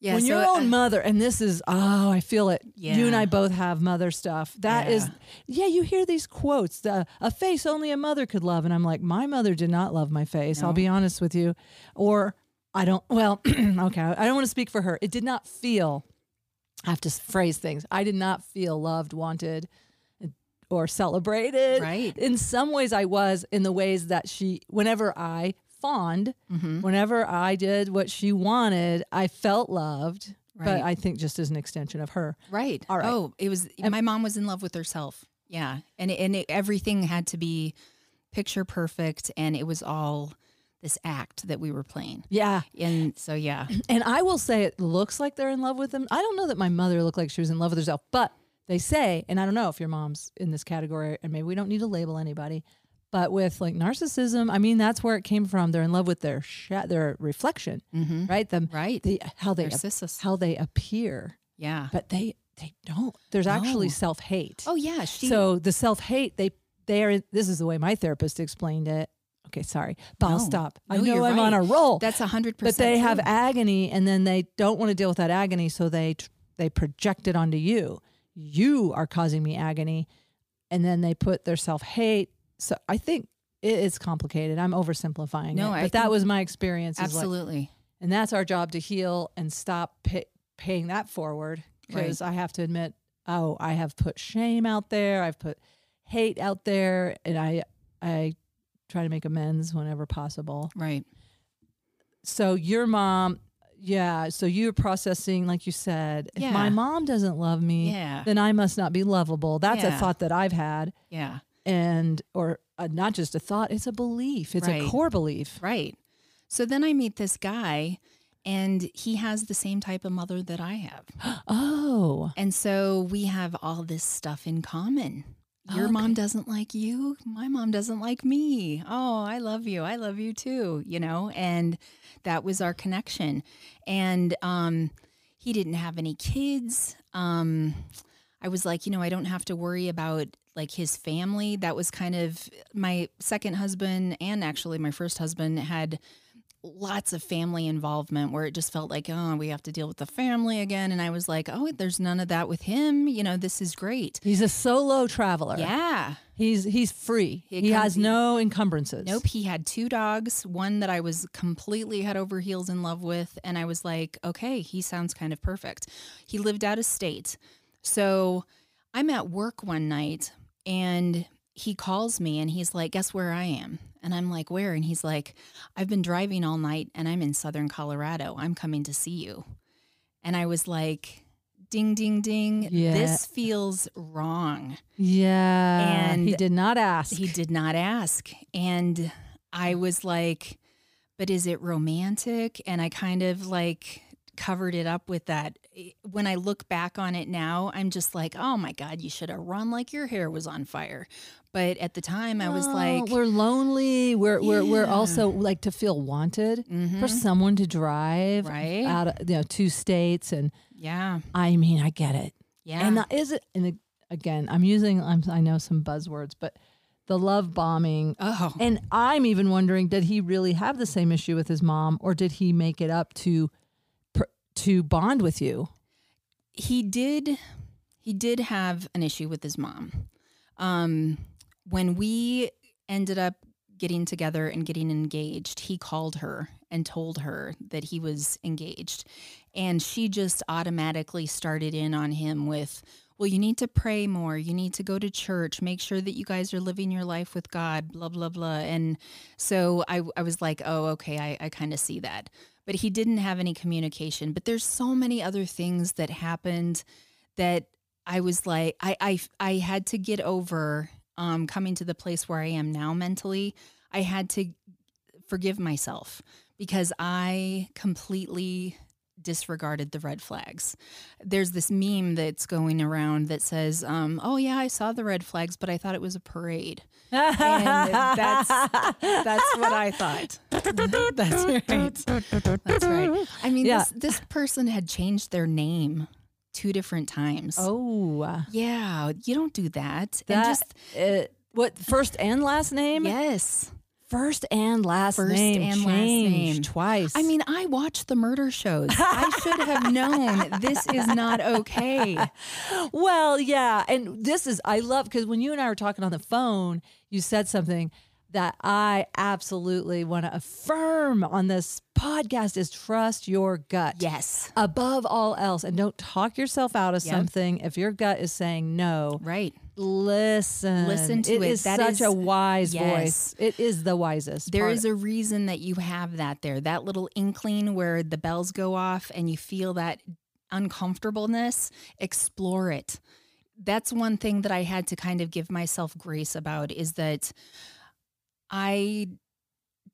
S2: yeah,
S1: when
S2: so
S1: your
S2: I-
S1: own mother and this is oh, I feel it. You and
S2: Yeah.
S1: I both have mother stuff. That is, yeah. you hear these quotes, the a face only a mother could love. And I'm like, my mother did not love my face, I'll
S2: No.
S1: be honest with you. Or I don't well, okay, I don't want to speak for her. It did not feel I have to s- phrase things. I did not feel loved, wanted, or celebrated.
S2: Right.
S1: In some ways, I was in the ways that she, whenever I fawned,
S2: Mm-hmm.
S1: whenever I did what she wanted, I felt loved. But
S2: Right.
S1: I think just as an extension of her.
S2: Right.
S1: All right.
S2: Oh, it was my mom was in love with herself. Yeah. And it, and it, everything had to be picture perfect and it was all this act that we were playing.
S1: Yeah.
S2: And so yeah.
S1: And I will say it looks like they're in love with them. I don't know that my mother looked like she was in love with herself, but they say, and I don't know if your mom's in this category, and maybe we don't need to label anybody, but with like narcissism, I mean, that's where it came from. They're in love with their sh- their reflection,
S2: Mhm.
S1: right? The,
S2: Right.
S1: the how they ap-
S2: Narcissus.
S1: how they appear,
S2: Yeah.
S1: but they they don't. There's actually
S2: No.
S1: self hate.
S2: Oh yeah, she
S1: so the self hate they they are. This is the way my therapist explained it. Okay, sorry, but I'll
S2: No.
S1: stop. I
S2: No,
S1: know
S2: you're
S1: I'm on
S2: right.
S1: a roll,
S2: that's a 100%
S1: but they have
S2: true.
S1: agony, and then they don't want to deal with that agony, so they tr- they project it onto you. You are causing me agony, and then they put their self hate. So I think it is complicated. I'm oversimplifying
S2: No,
S1: it,
S2: I
S1: but that
S2: think-
S1: was my experience. is like-
S2: Absolutely.
S1: and that's our job to heal and stop pay, paying that forward because i have to admit oh i have put shame out there i've put hate out there and i i try to make amends whenever possible
S2: Right.
S1: so your mom yeah so you're processing like you said if my
S2: Yeah.
S1: mom doesn't love me
S2: Yeah.
S1: then i must not be lovable that's a
S2: Yeah.
S1: thought that i've had
S2: Yeah.
S1: and or uh, not just a thought it's a belief it's
S2: Right.
S1: a core belief
S2: Right. So then I meet this guy and he has the same type of mother that I have.
S1: oh
S2: And so we have all this stuff in common. Your mom doesn't like you. My mom doesn't like me. Oh, I love you. I love you too, you know? And that was our connection. And um, he didn't have any kids. Um, I was like, you know, I don't have to worry about like his family. That was kind of my second husband and actually my first husband had lots of family involvement where it just felt like, oh, we have to deal with the family again. And I was like, oh, there's none of that with him. You know, this is great.
S1: He's a solo traveler.
S2: Yeah.
S1: He's he's free.
S2: He
S1: he
S2: comes-
S1: has no encumbrances.
S2: Nope. He had two dogs, one that I was completely head over heels in love with. And I was like, okay, he sounds kind of perfect. He lived out of state. So I'm at work one night and he calls me and he's like, guess where I am? And I'm like, where? And he's like, I've been driving all night and I'm in Southern Colorado. I'm coming to see you. And I was like, ding, ding, ding.
S1: Yeah.
S2: This feels wrong.
S1: Yeah.
S2: And
S1: he did not ask. Mm.
S2: He did not ask. And I was like, but is it romantic? And I kind of like covered it up with that. When I look back on it now, I'm just like, oh my God, you should have run like your hair was on fire. But at the time, I was
S1: Oh,
S2: like,
S1: we're lonely. We're we're we're
S2: Yeah.
S1: also like to feel wanted
S2: mhm,
S1: for someone to drive
S2: Right.
S1: out of you know two states and
S2: yeah,
S1: I mean I get it.
S2: yeah.
S1: And that is it. And ag- again, I'm using I'm, I know some buzzwords, but the love bombing.
S2: oh,
S1: And I'm even wondering, did he really have the same issue with his mom, or did he make it up to pr- to bond with you?
S2: he did he did have an issue with his mom um when we ended up getting together and getting engaged he called her and told her that he was engaged and she just automatically started in on him with well you need to pray more you need to go to church make sure that you guys are living your life with god blah blah blah and so i, I was like oh okay i, I kind of see that but he didn't have any communication but there's so many other things that happened that i was like i i, I had to get over um, coming to the place where i am now mentally i had to forgive myself because i completely disregarded the red flags there's this meme that's going around that says um, oh yeah i saw the red flags but i thought it was a parade that's- that's what i thought that's right that's right. I mean,
S1: Yeah.
S2: this, this person had changed their name two different times.
S1: Oh,
S2: yeah. You don't do that.
S1: that
S2: and just,
S1: uh, what first and last name?
S2: yes.
S1: First and last
S2: First
S1: name
S2: and last
S1: changed
S2: name.
S1: twice.
S2: I mean, I watch the murder shows. I should have known this is not okay.
S1: well, yeah, and this is I love because when you and I were talking on the phone, you said something that I absolutely want to affirm on this podcast is trust your gut.
S2: Yes.
S1: Above all else, and don't talk yourself out of
S2: Yep.
S1: something if your gut is saying no.
S2: Right.
S1: Listen,
S2: Listen to it.
S1: It is
S2: That
S1: such
S2: is-
S1: a wise
S2: Yes.
S1: voice. It is the wisest.
S2: There
S1: part.
S2: is a reason that you have that there, that little inkling where the bells go off and you feel that uncomfortableness. Explore it. That's one thing that I had to kind of give myself grace about is that I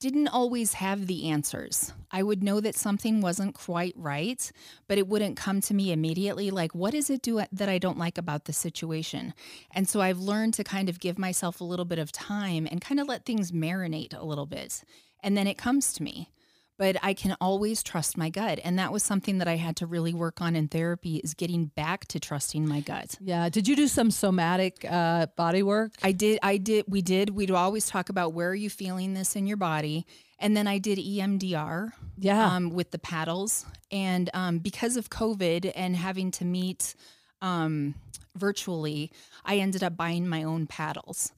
S2: didn't always have the answers. I would know that something wasn't quite right, but it wouldn't come to me immediately like what is it do that I don't like about this situation? And so I've learned to kind of give myself a little bit of time and kind of let things marinate a little bit. And then it comes to me. But I can always trust my gut. And that was something that I had to really work on in therapy is getting back to trusting my gut.
S1: Yeah. Did you do some somatic uh, body work?
S2: I did. I did. We did. We'd always talk about where are you feeling this in your body, and then I did E EMDR
S1: yeah.
S2: um, with the paddles, and um, because of COVID and having to meet um, virtually, I ended up buying my own paddles,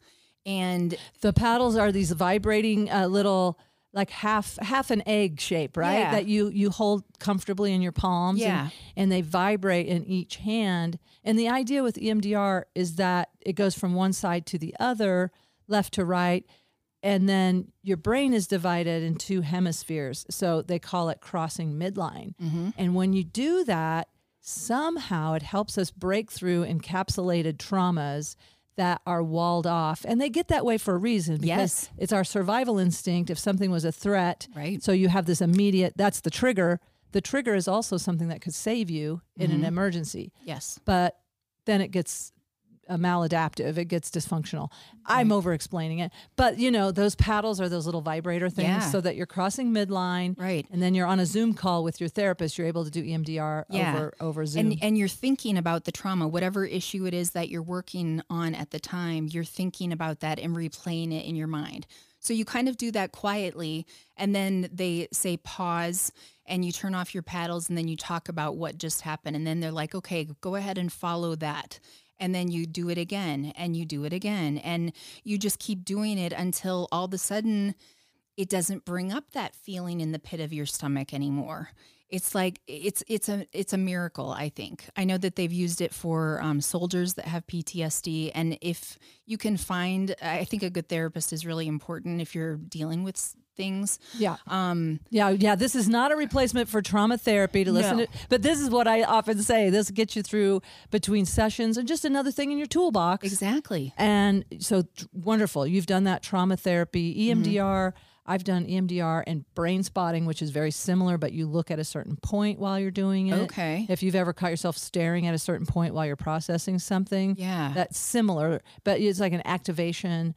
S2: and
S1: the paddles are these vibrating uh, little, like half half an egg shape, right?
S2: Yeah.
S1: That you you hold comfortably in your palms. and-
S2: Yeah.
S1: and they vibrate in each hand. And the idea with E EMDR is that it goes from one side to the other, left to right. And then your brain is divided in two hemispheres. So they call it crossing midline.
S2: Mm-hmm.
S1: And when you do that, somehow it helps us break through encapsulated traumas that are walled off. And they get that way for a reason because
S2: Yes.
S1: it's our survival instinct. If something was a threat,
S2: Right.
S1: so you have this immediate, that's the trigger. The trigger is
S2: Mm-hmm.
S1: also something that could save you in an emergency,
S2: yes,
S1: but then it gets uh, maladaptive. It gets dysfunctional. I'm over explaining it. But, you know, those paddles are those little vibrator things
S2: Yeah.
S1: so that you're crossing midline.
S2: Right.
S1: And then you're on a Zoom call with your therapist. You're able to do E EMDR
S2: Yeah.
S1: over, over Zoom.
S2: And, and you're thinking about the trauma, whatever issue it is that you're working on at the time, you're thinking about that and replaying it in your mind. So you kind of do that quietly. And then they say pause and you turn off your paddles and then you talk about what just happened. And then they're like, okay, go ahead and follow that. And then you do it again and you do it again. And you just keep doing it until all of a sudden, it doesn't bring up that feeling in the pit of your stomach anymore. It's like it's it's a it's a miracle. I think I know that they've used it for um, soldiers that have PTSD, and if you can find, I think a good therapist is really important if you're dealing with s- things.
S1: yeah.
S2: Um,
S1: Yeah, yeah. This is not a replacement for trauma therapy to listen
S2: No.
S1: to, but this is what I often say. This gets you through between sessions and just another thing in your toolbox.
S2: exactly.
S1: And so t- wonderful. You've done that trauma
S2: Mm-hmm.
S1: therapy, E EMDR. I've done E EMDR and brain spotting, which is very similar, but you look at a certain point while you're doing it.
S2: Okay.
S1: If you've ever caught yourself staring at a certain point while you're processing something,
S2: Yeah.
S1: that's similar, but it's like an activation.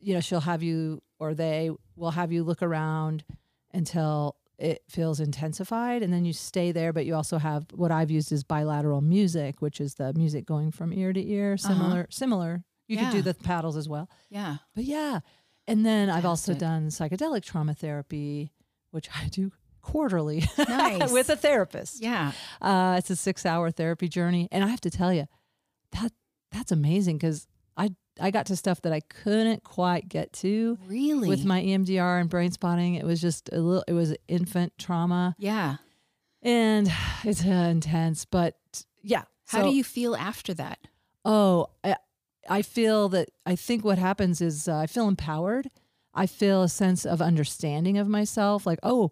S1: You know, she'll have you or they will have you look around until it feels intensified and then you stay there but you also have what I've used is bilateral music which is the music going from ear to ear similar similar you could do
S2: Uh-huh. Yeah.
S1: the paddles as well
S2: yeah.
S1: but yeah and then I've also
S2: Fantastic.
S1: done psychedelic trauma therapy which I do quarterly
S2: Nice.
S1: with a therapist
S2: Yeah.
S1: uh, it's a six hour therapy journey. And I have to tell you, that that's amazing because I, I got to stuff that I couldn't quite get to
S2: Really.
S1: with my E EMDR and brain spotting. It was just a little, it was infant trauma
S2: yeah.
S1: and it's uh, intense, but yeah.
S2: How
S1: So-
S2: do you feel after that?
S1: Oh, I, I feel that I think what happens is uh, I feel empowered. I feel a sense of understanding of myself. Like, oh,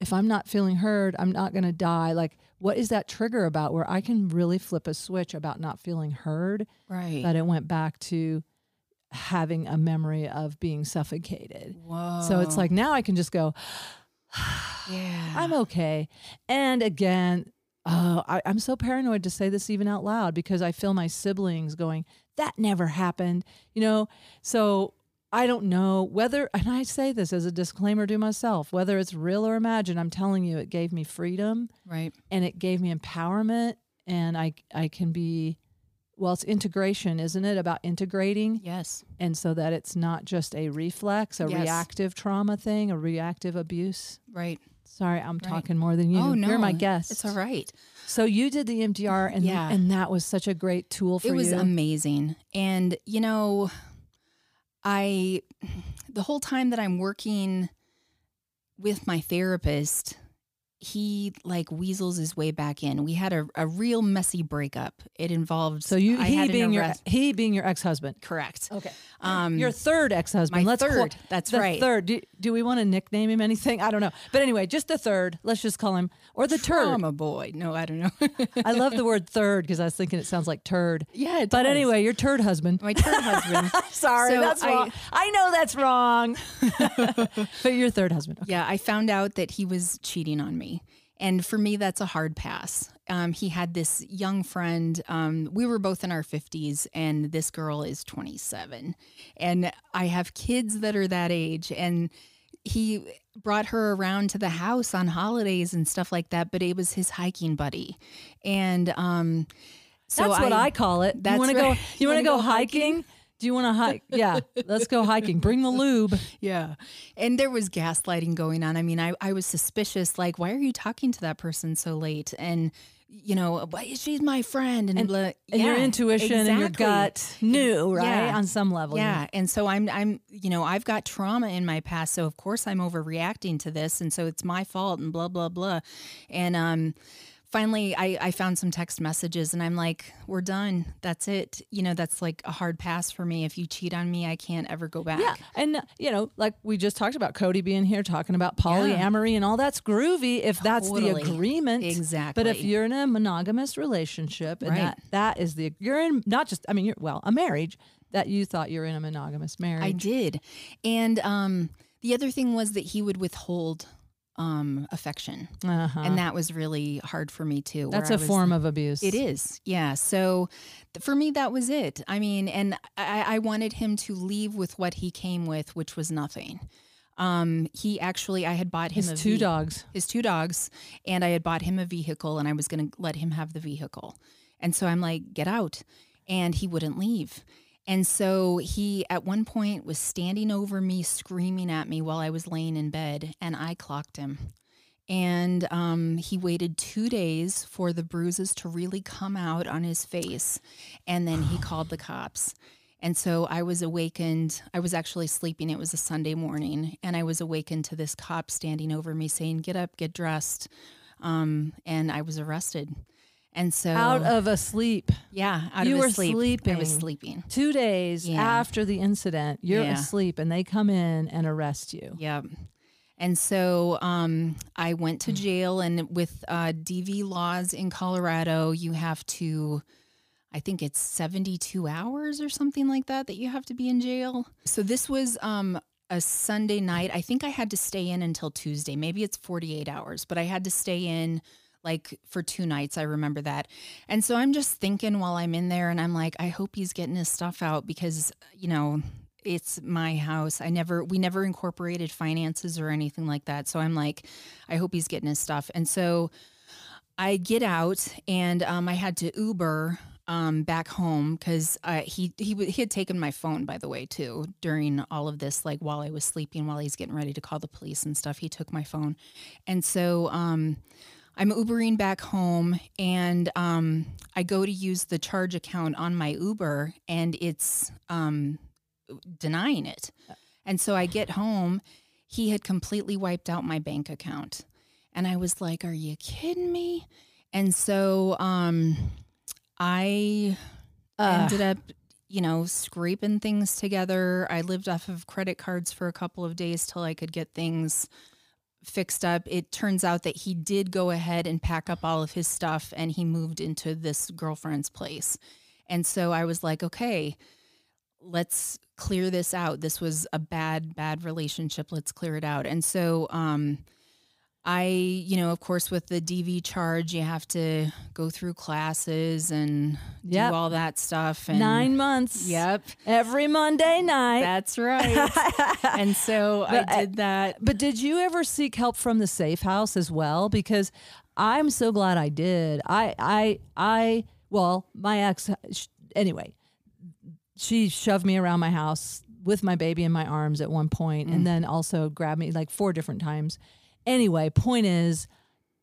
S1: if I'm not feeling heard, I'm not going to die. Like, what is that trigger about where I can really flip a switch about not feeling heard?
S2: Right.
S1: That it went back to having a memory of being suffocated.
S2: Whoa.
S1: So it's like now I can just go, "Ah,
S2: yeah.
S1: I'm okay. And again, oh, I, I'm so paranoid to say this even out loud because I feel my siblings going, that never happened, you know? So I don't know whether, and I say this as a disclaimer to myself, whether it's real or imagined, I'm telling you, it gave me freedom
S2: right.
S1: and it gave me empowerment. And I, I can be, well, it's integration, isn't it? About integrating
S2: Yes.
S1: and so that it's not just a reflex, a
S2: Yes.
S1: reactive trauma thing, a reactive abuse.
S2: Right.
S1: Sorry, I'm
S2: Right.
S1: talking more than you.
S2: oh no.
S1: You're my guest.
S2: It's all right.
S1: So you did the MDR, and
S2: Yeah.
S1: and that was such a great tool for
S2: it was
S1: you.
S2: amazing and you know i the whole time that i'm working with my therapist he like weasels his way back in we had a, a real messy breakup it involved
S1: so you
S2: I
S1: he
S2: had an
S1: being your
S2: arrest-
S1: he being your ex husband.
S2: correct
S1: Okay.
S2: um
S1: your third ex husband.
S2: my
S1: Let's call-
S2: third, that's
S1: the
S2: right.
S1: Third. Do, do we want to nickname him anything? I don't know. But anyway, just the third. Let's just call him or the turd.
S2: trauma boy no i don't know
S1: I love the word third because I was thinking it sounds like turd.
S2: yeah it
S1: But
S2: does.
S1: anyway, your turd husband.
S2: my third husband
S1: Sorry,
S2: So
S1: that's
S2: I-
S1: wrong. I know that's wrong. but your third husband. Okay.
S2: Yeah, I found out that he was cheating on me. And for me, that's a hard pass. Um, he had this young friend. Um, we were both in our 50s, and this girl is 27. And I have kids that are that age. And he brought her around to the house on holidays and stuff like that, but it was his hiking buddy. And um, so
S1: that's what I call it.
S2: That's
S1: you want to
S2: right.
S1: go? You want to go, hiking? Do you want to hike? Yeah, let's go hiking. Bring the lube.
S2: Yeah. And there was gaslighting going on. I mean, I, I was suspicious, like, why are you talking to that person so late? And, you know, why she's my friend. And, blah,
S1: And your
S2: yeah,
S1: intuition and your
S2: exactly.
S1: gut knew, right?
S2: Yeah.
S1: On some level. you
S2: Yeah. And so I'm I'm you know, I've got trauma in my past, so of course I'm overreacting to this and so it's my fault and blah blah blah. And um finally I, I found some text messages and I'm like, We're done. That's it. You know, that's like a hard pass for me. If you cheat on me, I can't ever go back.
S1: Yeah. And, you know, like we just talked about Cody being here talking about polyamory and all that's groovy if that's
S2: Totally.
S1: the agreement.
S2: Exactly.
S1: But if you're in a monogamous relationship and
S2: Right.
S1: that, that is the, you're in not just, I mean, you're, well, a marriage that you thought you're in a monogamous marriage.
S2: I did. And um, the other thing was that he would withhold um, affection.
S1: Uh-huh.
S2: And that was really hard for me too. where
S1: That's
S2: I
S1: a
S2: was-
S1: form of abuse.
S2: It is. Yeah. So th- for me, that was it. I mean, and I, I wanted him to leave with what he came with, which was nothing. Um, he actually, I had bought him a
S1: His two
S2: ve-
S1: dogs.
S2: his two dogs, and I had bought him a vehicle, and I was going to let him have the vehicle. And so I'm like, get out. And he wouldn't leave. And so he, at one point, was standing over me, screaming at me while I was laying in bed, and I clocked him. And um, he waited two days for the bruises to really come out on his face. And then
S1: Oh.
S2: he called the cops. And so I was awakened. I was actually sleeping. It was a Sunday morning. And I was awakened to this cop standing over me saying, Get up, get dressed. Um, and I was arrested. And so,
S1: Out of a sleep.
S2: yeah, out
S1: you
S2: of a
S1: were
S2: sleep. I was
S1: sleeping.
S2: sleeping.
S1: Two days
S2: Yeah.
S1: after the incident, you're
S2: Yeah.
S1: asleep and they come in and arrest you.
S2: Yep. And so um, I went to jail, and with uh, DV laws in Colorado, you have to, I think it's 72 hours or something like that, that you have to be in jail. So this was um, a Sunday night. I think I had to stay in until Tuesday. Maybe it's 48 hours, but I had to stay in like for two nights. I remember that. And so I'm just thinking while I'm in there, and I'm like, I hope he's getting his stuff out because, you know, it's my house. I never, we never incorporated finances or anything like that. So I'm like, I hope he's getting his stuff. And so I get out and um, I had to Uber um, back home because uh, he, he, w- he had taken my phone, by the way, too, during all of this, like while I was sleeping, while he's getting ready to call the police and stuff. He took my phone. And so, um, I'm Ubering back home and um, I go to use the charge account on my Uber and it's um, denying it. And so I get home, he had completely wiped out my bank account. And I was like, are you kidding me? And so um, I
S1: Ugh.
S2: ended up, you know, scraping things together. I lived off of credit cards for a couple of days till I could get things fixed up. It turns out that he did go ahead and pack up all of his stuff and he moved into this girlfriend's place. And so I was like, okay, let's clear this out. This was a bad, bad relationship. Let's clear it out. And so, um, I, you know, of course, with the DV charge, you have to go through classes and
S1: Yep.
S2: do all that stuff. And
S1: Nine months.
S2: Yep.
S1: Every Monday night.
S2: That's right. and so
S1: But uh, I-
S2: I did that.
S1: But did you ever seek help from the safe house as well? Because I'm so glad I did. I, I, I, well, my ex, sh- anyway, she shoved me around my house with my baby in my arms at one point
S2: Mm.
S1: and then also grabbed me like four different times. Anyway, point is,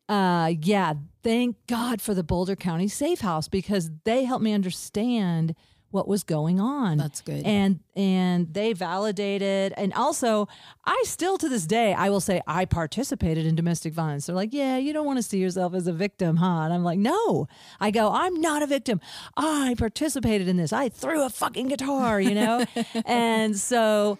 S1: uh, yeah, thank God for the Boulder County Safe House because they helped me understand what was going on.
S2: That's good.
S1: And and they validated and also I still to this day I will say I participated in domestic violence. They're like, "Yeah, you don't want to see yourself as a victim, huh?" And I'm like, "No." I go, "I'm not a victim. I participated in this. I threw a fucking guitar, you know?" and so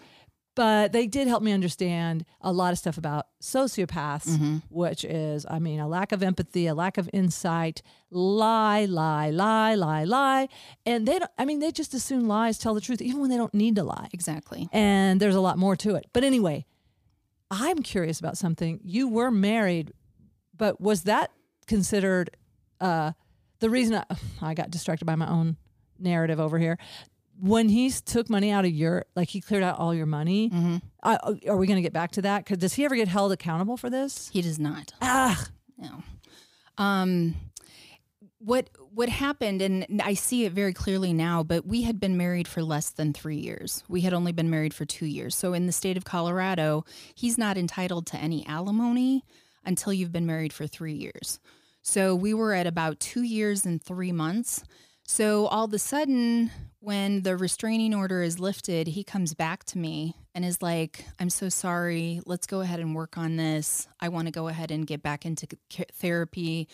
S1: but they did help me understand a lot of stuff about sociopaths, which is, I mean, a lack of empathy, a lack of insight, lie, lie, lie, lie, lie. And they don't, I mean, they just assume lies tell the truth, even when they don't need to lie.
S2: Exactly.
S1: And there's a lot more to it. But anyway, I'm curious about something. You were married, but was that considered uh, the reason I, I got distracted by my own narrative over here? When he s- took money out of your, like he cleared out all your money,
S2: Mm-hmm.
S1: I, uh, are we going to get back to that? 'Cause does he ever get held accountable for this?
S2: He does not.
S1: Ah,
S2: No. Um, what what happened, and I see it very clearly now. But we had been married for less than three years. We had only been married for two years. So in the state of Colorado, he's not entitled to any alimony until you've been married for three years. So we were at about two years and three months. So all of a sudden, when the restraining order is lifted, he comes back to me and is like, I'm so sorry. Let's go ahead and work on this. I want to go ahead and get back into c- therapy.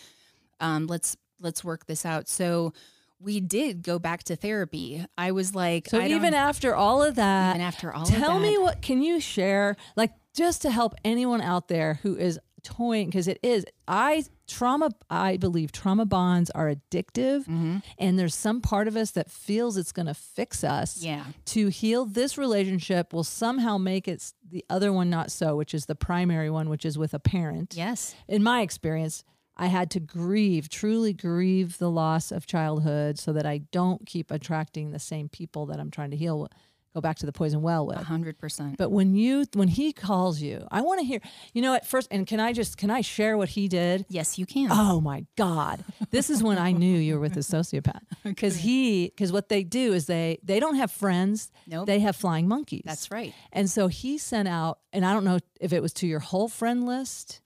S2: Um, let's let's work this out. So we did go back to therapy. I was like,
S1: so
S2: I don't-
S1: even after all of that,
S2: even after all, of
S1: tell
S2: that,
S1: me what can you share, like just to help anyone out there who is toying because it is. I trauma. I believe trauma bonds are addictive,
S2: Mm-hmm.
S1: and there's some part of us that feels it's going to fix us.
S2: Yeah.
S1: To heal this relationship will somehow make it s- the other one not so, which is the primary one, which is with a parent
S2: Yes.
S1: in my experience, I had to grieve, truly grieve the loss of childhood so that I don't keep attracting the same people that I'm trying to heal, go back to the poison well with.
S2: A hundred percent.
S1: But when you when he calls you, I want to hear. You know, at first, and can I just can I share what he did?
S2: Yes, you can.
S1: Oh my God! This is when I knew you were with a sociopath because he because what they do is they they don't have friends.
S2: Nope.
S1: They have flying monkeys.
S2: That's right.
S1: And so he sent out, and I don't know if it was to your whole friend list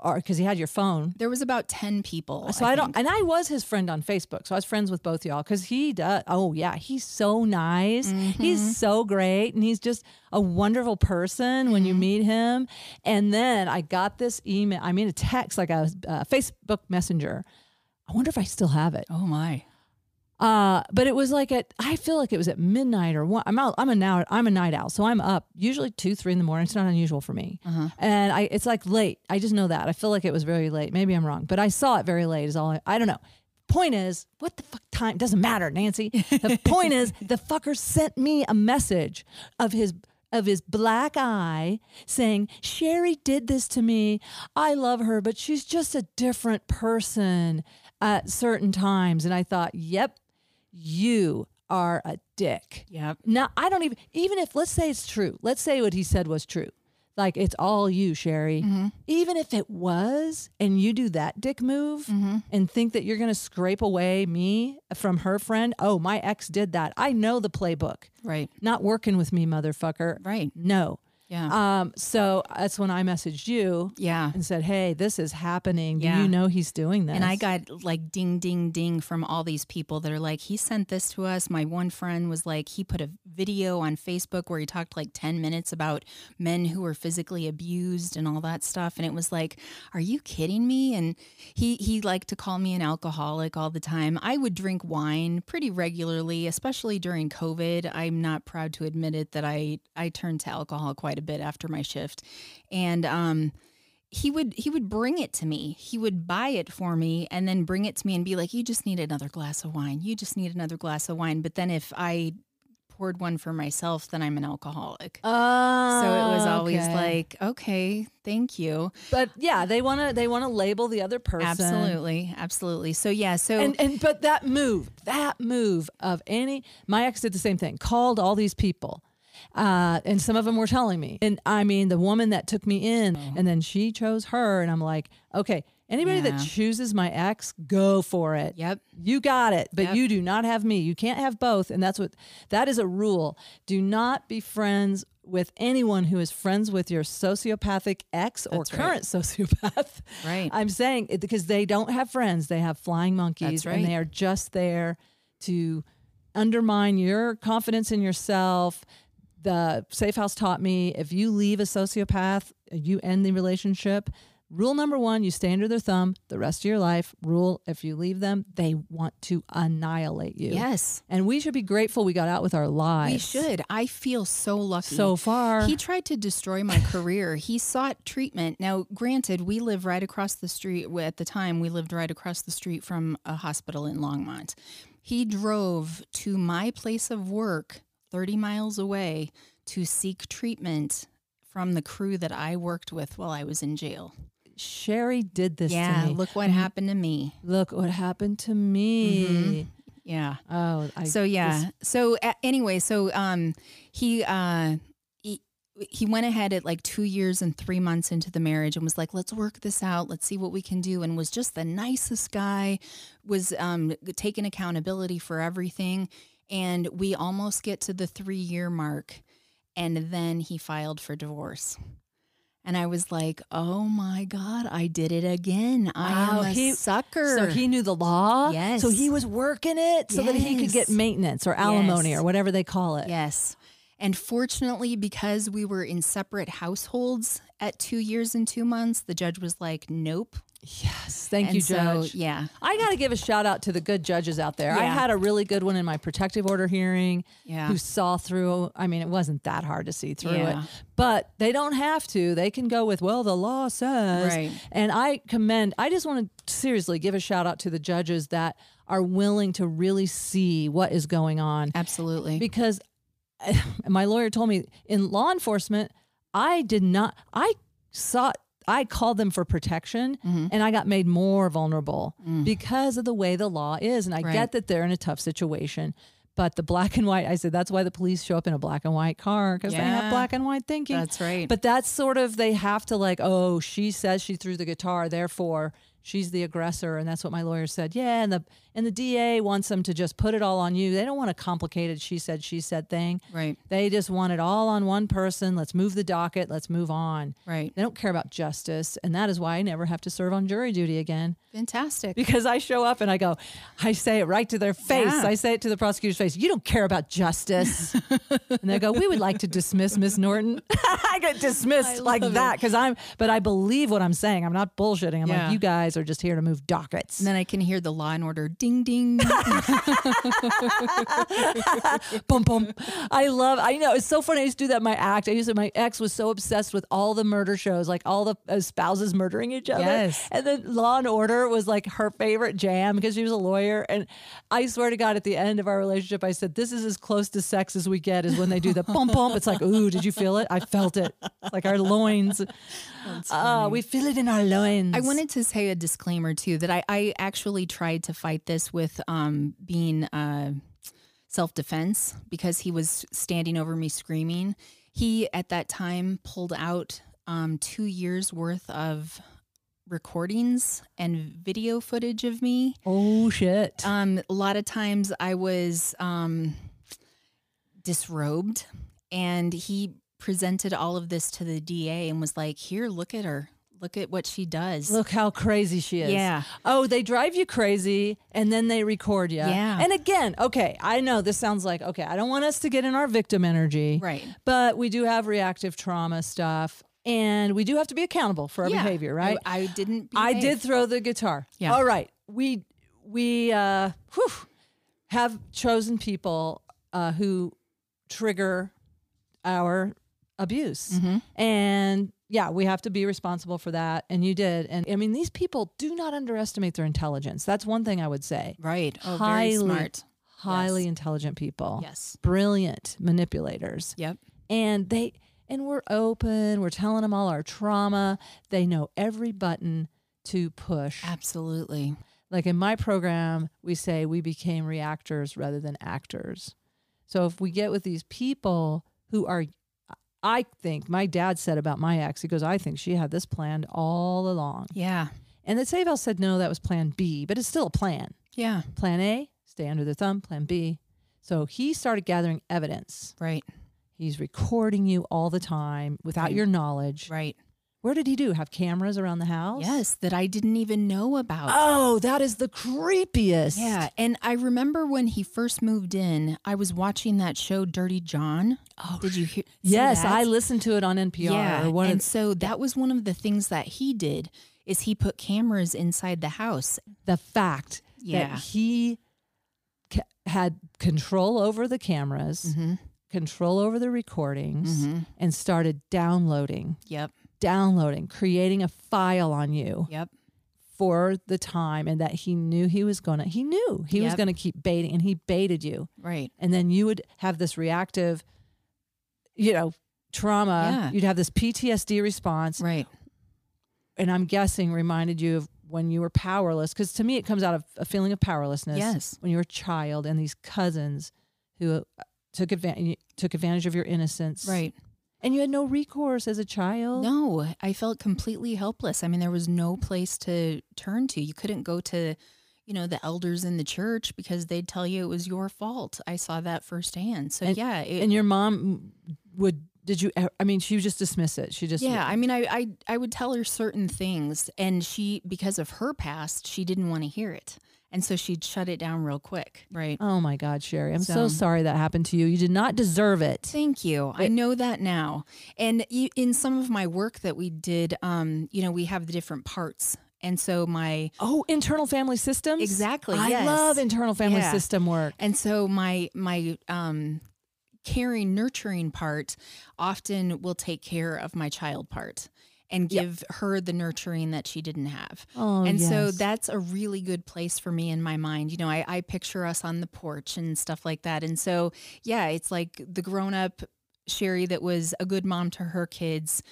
S1: or because he had your phone.
S2: There was about ten people.
S1: So I, don't, and I was his friend on Facebook. So I was friends with both y'all because he does. Oh yeah, he's so nice. He's so great, and he's just a wonderful person when you meet him. And then I got this email. I mean, a text like a uh, Facebook Messenger. I wonder if I still have it.
S2: Oh my.
S1: Uh, but it was like at I feel like it was at midnight or one. I'm out. I'm a now. I'm a night owl, so I'm up usually two, three in the morning. It's not unusual for me, and I it's like late. I just know that. I feel like it was very late. Maybe I'm wrong, but I saw it very late. Is all I, I don't know. Point is, what the fuck time doesn't matter, Nancy. The point is, the fucker sent me a message of his of his black eye saying, Sherry did this to me. I love her, but she's just a different person at certain times. And I thought, yep, you are a dick.
S2: Yep.
S1: Now, I don't even, even if, let's say it's true, let's say what he said was true. Like, it's all you, Sherry. Even if it was, and you do that dick move and think that you're going to scrape away me from her friend, oh, my ex did that. I know the playbook.
S2: Right.
S1: Not working with me, motherfucker.
S2: Right.
S1: No.
S2: Yeah.
S1: Um, so that's when I messaged you
S2: yeah.
S1: and said, hey, this is happening. Do
S2: Yeah.
S1: you know he's doing this?
S2: And I got like ding, ding, ding from all these people that are like, he sent this to us. My one friend was like, he put a video on Facebook where he talked like 10 minutes about men who were physically abused and all that stuff. And it was like, are you kidding me? And he, he liked to call me an alcoholic all the time. I would drink wine pretty regularly, especially during COVID. I'm not proud to admit it that I, I turned to alcohol quite a bit after my shift. And, um, he would he would bring it to me. He would buy it for me and then bring it to me and be like, "You just need another glass of wine. You just need another glass of wine." But then if I poured one for myself, then I'm an alcoholic.
S1: Oh,
S2: so it was always
S1: okay.
S2: like, "Okay, thank you."
S1: But yeah, they want to they want to label the other person.
S2: Absolutely, absolutely. So yeah, so
S1: And and but that move, that move of any my ex did the same thing. Called all these people. Uh, and some of them were telling me. And I mean, the woman that took me in,
S2: Oh.
S1: and then she chose her. And I'm like, okay, anybody that
S2: Yeah.
S1: chooses my ex, go for it.
S2: Yep.
S1: You got it, but
S2: Yep.
S1: you do not have me. You can't have both. And that's what that is a rule. Do not be friends with anyone who is friends with your sociopathic ex or
S2: That's right.
S1: current sociopath.
S2: Right.
S1: I'm saying it because they don't have friends. They have flying monkeys
S2: That's
S1: and
S2: right.
S1: they are just there to undermine your confidence in yourself. The safe house taught me if you leave a sociopath, you end the relationship. Rule number one, you stay under their thumb the rest of your life. Rule if you leave them, they want to annihilate you.
S2: yes,
S1: And we should be grateful we got out with our lives.
S2: we should. I feel so lucky.
S1: So far.
S2: He tried to destroy my career. He sought treatment. Now, granted, we live right across the street. At the time, we lived right across the street from a hospital in Longmont. He drove to my place of work 30 miles away to seek treatment from the crew that I worked with while I was in jail.
S1: Sherry did this
S2: yeah,
S1: to me. Mm-hmm. Look,
S2: look what happened to me.
S1: what happened to me.
S2: Yeah.
S1: Oh, I,
S2: Mm-hmm. so yeah so a anyway so um he uh he, he went ahead at like two years and three months into the marriage and was like let's work this out let's see what we can do and was just the nicest guy was um taking accountability for everything and we almost get to the three year mark and then he filed for divorce and I was like, "Oh my God, I did it again! I
S1: Wow,
S2: am a
S1: he-
S2: sucker."
S1: So he knew the law.
S2: Yes.
S1: So he was working it so that he could get
S2: Yes.
S1: maintenance or alimony
S2: Yes.
S1: or whatever they call it.
S2: Yes. And fortunately, because we were in separate households at two years and two months, the judge was like, nope,
S1: Yes. Thank
S2: and
S1: you,
S2: so,
S1: Judge.
S2: yeah.
S1: I got to give a shout out to the good judges out there. I
S2: Yeah.
S1: had a really good one in my protective order hearing
S2: Yeah.
S1: who saw through. I mean, it wasn't that hard to see through
S2: Yeah.
S1: it, but they don't have to. They can go with, well, the law says.
S2: Right.
S1: And I commend, I just want to seriously give a shout out to the judges that are willing to really see what is going on
S2: Absolutely.
S1: because my lawyer told me in law enforcement, I did not, I sought, I called them for protection
S2: Mm-hmm.
S1: and I got made more vulnerable because of the way the law is. And I
S2: Mm. Right.
S1: get that they're in a tough situation, but the black and white, I said, that's why the police show up in a black and white car because they
S2: Yeah.
S1: have black and white thinking.
S2: That's right.
S1: But that's sort of, they have to like, oh, she says she threw the guitar, therefore she's the aggressor. And that's what my lawyer said. Yeah. And the, and the DA wants them to just put it all on you. They don't want a complicated she said, she said thing.
S2: right.
S1: They just want it all on one person. Let's move the docket. Let's move on.
S2: Right.
S1: They don't care about justice. And that is why I never have to serve on jury duty again
S2: Fantastic.
S1: because I show up and I go, I say it right to their face.
S2: Yeah.
S1: I say it to the prosecutor's face. You don't care about justice. and they go, We would like to dismiss Miss Norton. I get dismissed like that because I'm, but I believe what I'm saying. I'm not bullshitting. I'm
S2: Yeah.
S1: like, You guys are just here to move dockets.
S2: And then I can hear the law and order ding ding.
S1: bum bum. I love. I know it's so funny. I used to do that. In my act. I used to. My ex was so obsessed with all the murder shows, like all the uh, spouses murdering each other.
S2: Yes.
S1: And then Law and Order was like her favorite jam because she was a lawyer. And I swear to God, at the end of our relationship, I said, "This is as close to sex as we get." Is when they do the bum bum. It's like, ooh, did you feel it? I felt it. It's like our loins. Uh, we feel it in our loins.
S2: I wanted to say a disclaimer too that I, I actually tried to fight this with um, being uh, self defense because he was standing over me screaming. He at that time pulled out um, two years worth of recordings and video footage of me.
S1: Oh shit.
S2: Um, a lot of times I was um, disrobed, and he presented all of this to the DA and was like, "Here, look at her. Look at what she does."
S1: Look how crazy she is.
S2: Yeah.
S1: Oh, they drive you crazy and then they record you.
S2: Yeah.
S1: And again, okay, I know this sounds like, okay, I don't want us to get in our victim energy.
S2: Right.
S1: But we do have reactive trauma stuff and we do have to be accountable for our
S2: Yeah.
S1: behavior,
S2: I-
S1: right?
S2: I, didn't.
S1: I
S2: behave.
S1: did throw the guitar.
S2: Yeah.
S1: All right. We we uh whew, have chosen people uh who trigger our abuse.
S2: Mm-hmm.
S1: And yeah, we have to be responsible for that and you did. And I mean these people do not underestimate their intelligence. That's one thing I would say.
S2: Right. Oh,
S1: Highly-
S2: very smart.
S1: Highly intelligent people.
S2: Yes.
S1: Brilliant manipulators
S2: Yep.
S1: and they and we're open we're telling them all our trauma they know every button to push
S2: Absolutely.
S1: like in my program we say we became reactors rather than actors so if we get with these people who are i think my dad said about my ex he goes i think she had this planned all along
S2: Yeah.
S1: and the savel said no that was plan b but it's still a plan
S2: Yeah.
S1: plan a stay under the thumb plan b so he started gathering evidence
S2: Right.
S1: He's recording you all the time without
S2: Right.
S1: your knowledge.
S2: Right.
S1: Where did he do? Have cameras around the house?
S2: Yes. That I didn't even know about.
S1: Oh, that is the creepiest.
S2: Yeah, and I remember when he first moved in, I was watching that show Dirty John. Oh, did you hear? see
S1: Yes,
S2: that?
S1: I listened to it on NPR.
S2: Yeah,
S1: or one of
S2: and
S1: the-
S2: so that was one of the things that he did is he put cameras inside the house.
S1: the fact
S2: Yeah.
S1: that he ca- had control over the cameras,
S2: Mm-hmm.
S1: control over the recordings, and started downloading,
S2: Yep,
S1: downloading, creating a file on you.
S2: yep,
S1: For the time, and that he knew he was gonna, he knew he was
S2: Yep.
S1: gonna keep baiting, and he baited you.
S2: right,
S1: and then you would have this reactive you know trauma
S2: Yeah.
S1: you'd have this ptsd response
S2: right,
S1: and i'm guessing reminded you of when you were powerless because to me it comes out of a feeling of powerlessness
S2: Yes.
S1: when you were a child and these cousins who uh, took advantage took advantage of your innocence
S2: right.
S1: and you had no recourse as a child
S2: No, I felt completely helpless. I mean, there was no place to turn to. You couldn't go to, you know, the elders in the church because they'd tell you it was your fault. I saw that firsthand. So yeah, it,
S1: and your mom would did you e- i mean she would just dismiss it she just
S2: Yeah, I mean, I, I I would tell her certain things, and she because of her past, she didn't want to hear it, and so she'd shut it down real quick. Right.
S1: oh my god sherry i'm so
S2: So-
S1: sorry that happened to you you did not deserve it
S2: Thank you. I know that now. And you, in some of my work that we did, um, you know, we have the different parts, And so my
S1: Oh, internal family systems?
S2: Exactly,
S1: I
S2: yes.
S1: love internal family
S2: Yeah.
S1: system work.
S2: and so my my um caring nurturing part often will take care of my child part and
S1: Yeah.
S2: give her the nurturing that she didn't have.
S1: Oh,
S2: and so
S1: yes.
S2: that's a really good place for me in my mind. You know, I, I picture us on the porch and stuff like that. And so, yeah, it's like the grown up Sherry that was a good mom to her kids.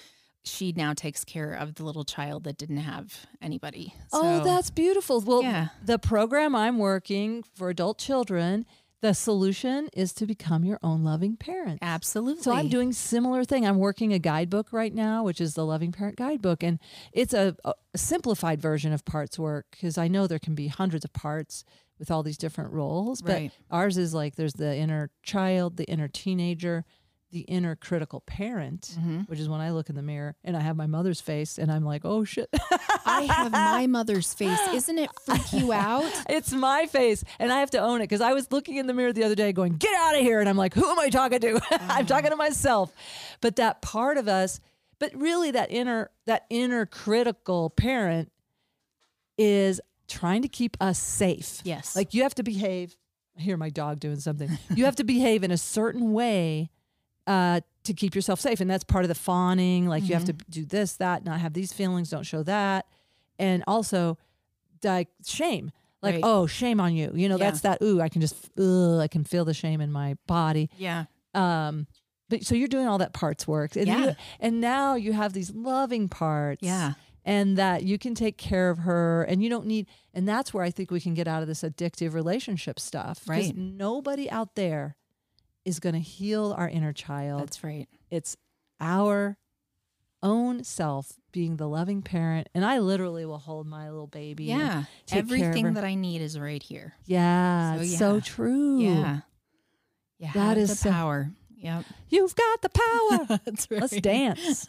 S2: She now takes care of the little child that didn't have anybody.
S1: Oh,
S2: So-
S1: that's beautiful. Well,
S2: Yeah.
S1: the program I'm working for adult children, the solution is to become your own loving parent.
S2: absolutely.
S1: So I'm doing similar thing. I'm working a guidebook right now, which is the Loving Parent Guidebook, and it's a, a simplified version of parts work because I know there can be hundreds of parts with all these different roles. But
S2: Right.
S1: ours is like there's the inner child, the inner teenager, the inner critical parent,
S2: Mm-hmm.
S1: which is when I look in the mirror and I have my mother's face and I'm like, oh shit.
S2: I have my mother's face. Isn't it freak you out?
S1: It's my face, and I have to own it because I was looking in the mirror the other day, going, "Get out of here!" And I'm like, "Who am I talking to? I'm talking to myself." But that part of us, but really that inner that inner critical parent is trying to keep us safe.
S2: Yes.
S1: like you have to behave. I hear my dog doing something. You have to behave in a certain way uh, to keep yourself safe. And that's part of the fawning. Like you have to
S2: Mm-hmm.
S1: do this, that, not have these feelings, don't show that. And also, like shame. Like,
S2: Right.
S1: oh, shame on you. You know,
S2: Yeah.
S1: that's that. Ooh, I can just, ugh, I can feel the shame in my body.
S2: Yeah.
S1: Um, but so you're doing all that parts work. And,
S2: Yeah.
S1: you, and now you have these loving parts.
S2: Yeah.
S1: And that you can take care of her and you don't need, and that's where I think we can get out of this addictive relationship stuff. 'Cause
S2: Right.
S1: Nobody out there is going to heal our inner child.
S2: That's right.
S1: It's our own self being the loving parent. And I literally will hold my little baby. and
S2: Yeah.
S1: take care of her.
S2: Everything that I need is right here.
S1: Yeah,
S2: So,
S1: it's
S2: yeah.
S1: so true.
S2: Yeah. Yeah.
S1: That
S2: have
S1: is
S2: the
S1: so-
S2: power. Yep.
S1: You've got the power.
S2: That's
S1: Let's dance.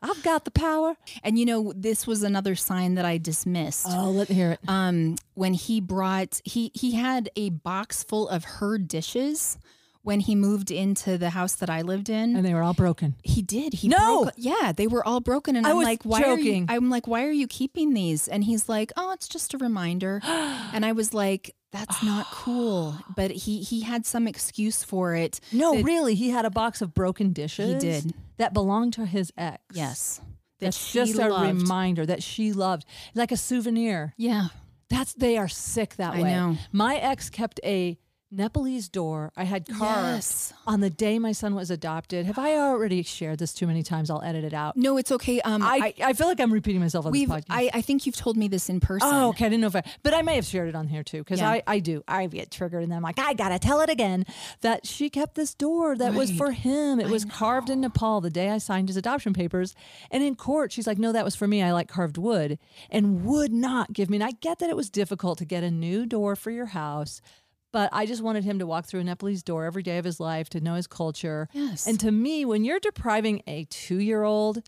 S1: I've got the power.
S2: And you know, this was another sign that I dismissed.
S1: Oh, let me hear it.
S2: Um, when he brought he he had a box full of her dishes when he moved into the house that I lived in.
S1: And they were all broken.
S2: He did. He
S1: No!
S2: broke- yeah, they were all broken, and
S1: I
S2: I am
S1: was
S2: like, why Are you,
S1: joking.
S2: I'm like, why are you keeping these? And he's like, oh, it's just a reminder. and I was like, that's not cool. But he he had some excuse for it.
S1: No,
S2: That-
S1: really, he had a box of broken dishes.
S2: did.
S1: That belonged to his ex.
S2: Yes, that
S1: That's
S2: she
S1: just
S2: loved.
S1: a reminder that she loved, like a souvenir.
S2: Yeah,
S1: That's they are sick that
S2: I
S1: way.
S2: know.
S1: My ex kept a Nepalese door I had carved
S2: Yes.
S1: on the day my son was adopted. Have I already shared this too many times? I'll edit it out.
S2: no, it's okay. Um, I,
S1: I, I feel like I'm repeating myself on
S2: we've
S1: this podcast.
S2: I, I think you've told me this in person.
S1: Oh, okay. I didn't know if I, but I may have shared it on here too, because
S2: Yeah.
S1: I, I do. I get triggered and then I'm like, I gotta tell it again that she kept this door that was for him. It was carved in Nepal the day I signed his adoption papers. And in court, she's like, no, that was for me. I like carved wood and would not give me. And I get that it was difficult to get a new door for your house. But I just wanted him to walk through a Nepalese door every day of his life to know his culture.
S2: Yes.
S1: And to me, when you're depriving a two year old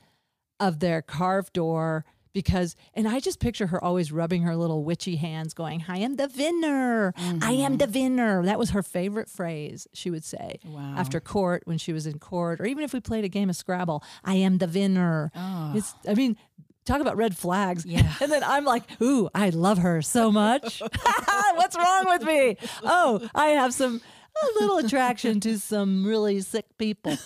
S1: of their carved door because and I just picture her always rubbing her little witchy hands going, I am the vinner. I am the vinner. That was her favorite phrase she would say
S2: Mm-hmm. Wow.
S1: after court when she was in court, or even if we played a game of Scrabble, I am the vinner. It's I mean, talk about red flags.
S2: Ah. Yeah.
S1: And then I'm like, ooh, I love her so much. What's wrong with me? Oh, I have some a little attraction to some really sick people.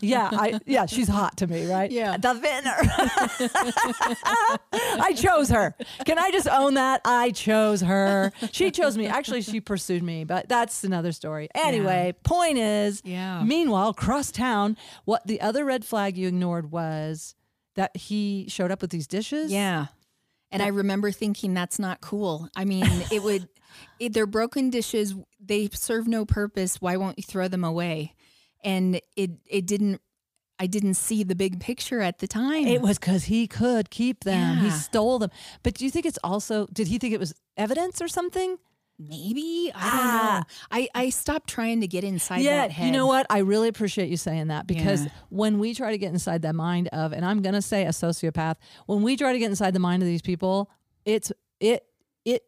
S1: Yeah, I yeah, she's hot to me, right?
S2: Yeah.
S1: The vinner. I chose her. Can I just own that? I chose her. She chose me. Actually, she pursued me, but that's another story. Anyway, point is,
S2: Yeah.
S1: meanwhile, cross town, what the other red flag you ignored was that he showed up with these dishes.
S2: Yeah. And I remember thinking that's not cool. I mean, it would, it, they're broken dishes. They serve no purpose. Why won't you throw them away? And it, it didn't, I didn't see the big picture at the time.
S1: It was because he could keep them. He
S2: Hmm. Yeah.
S1: stole them. But do you think it's also, did he think it was evidence or something?
S2: Maybe, I don't
S1: Ah.
S2: know. I, I stopped trying to get inside that head.
S1: you know what? I really appreciate you saying that because
S2: Yeah.
S1: when we try to get inside the mind of, and I'm gonna say a sociopath, when we try to get inside the mind of these people, it's it it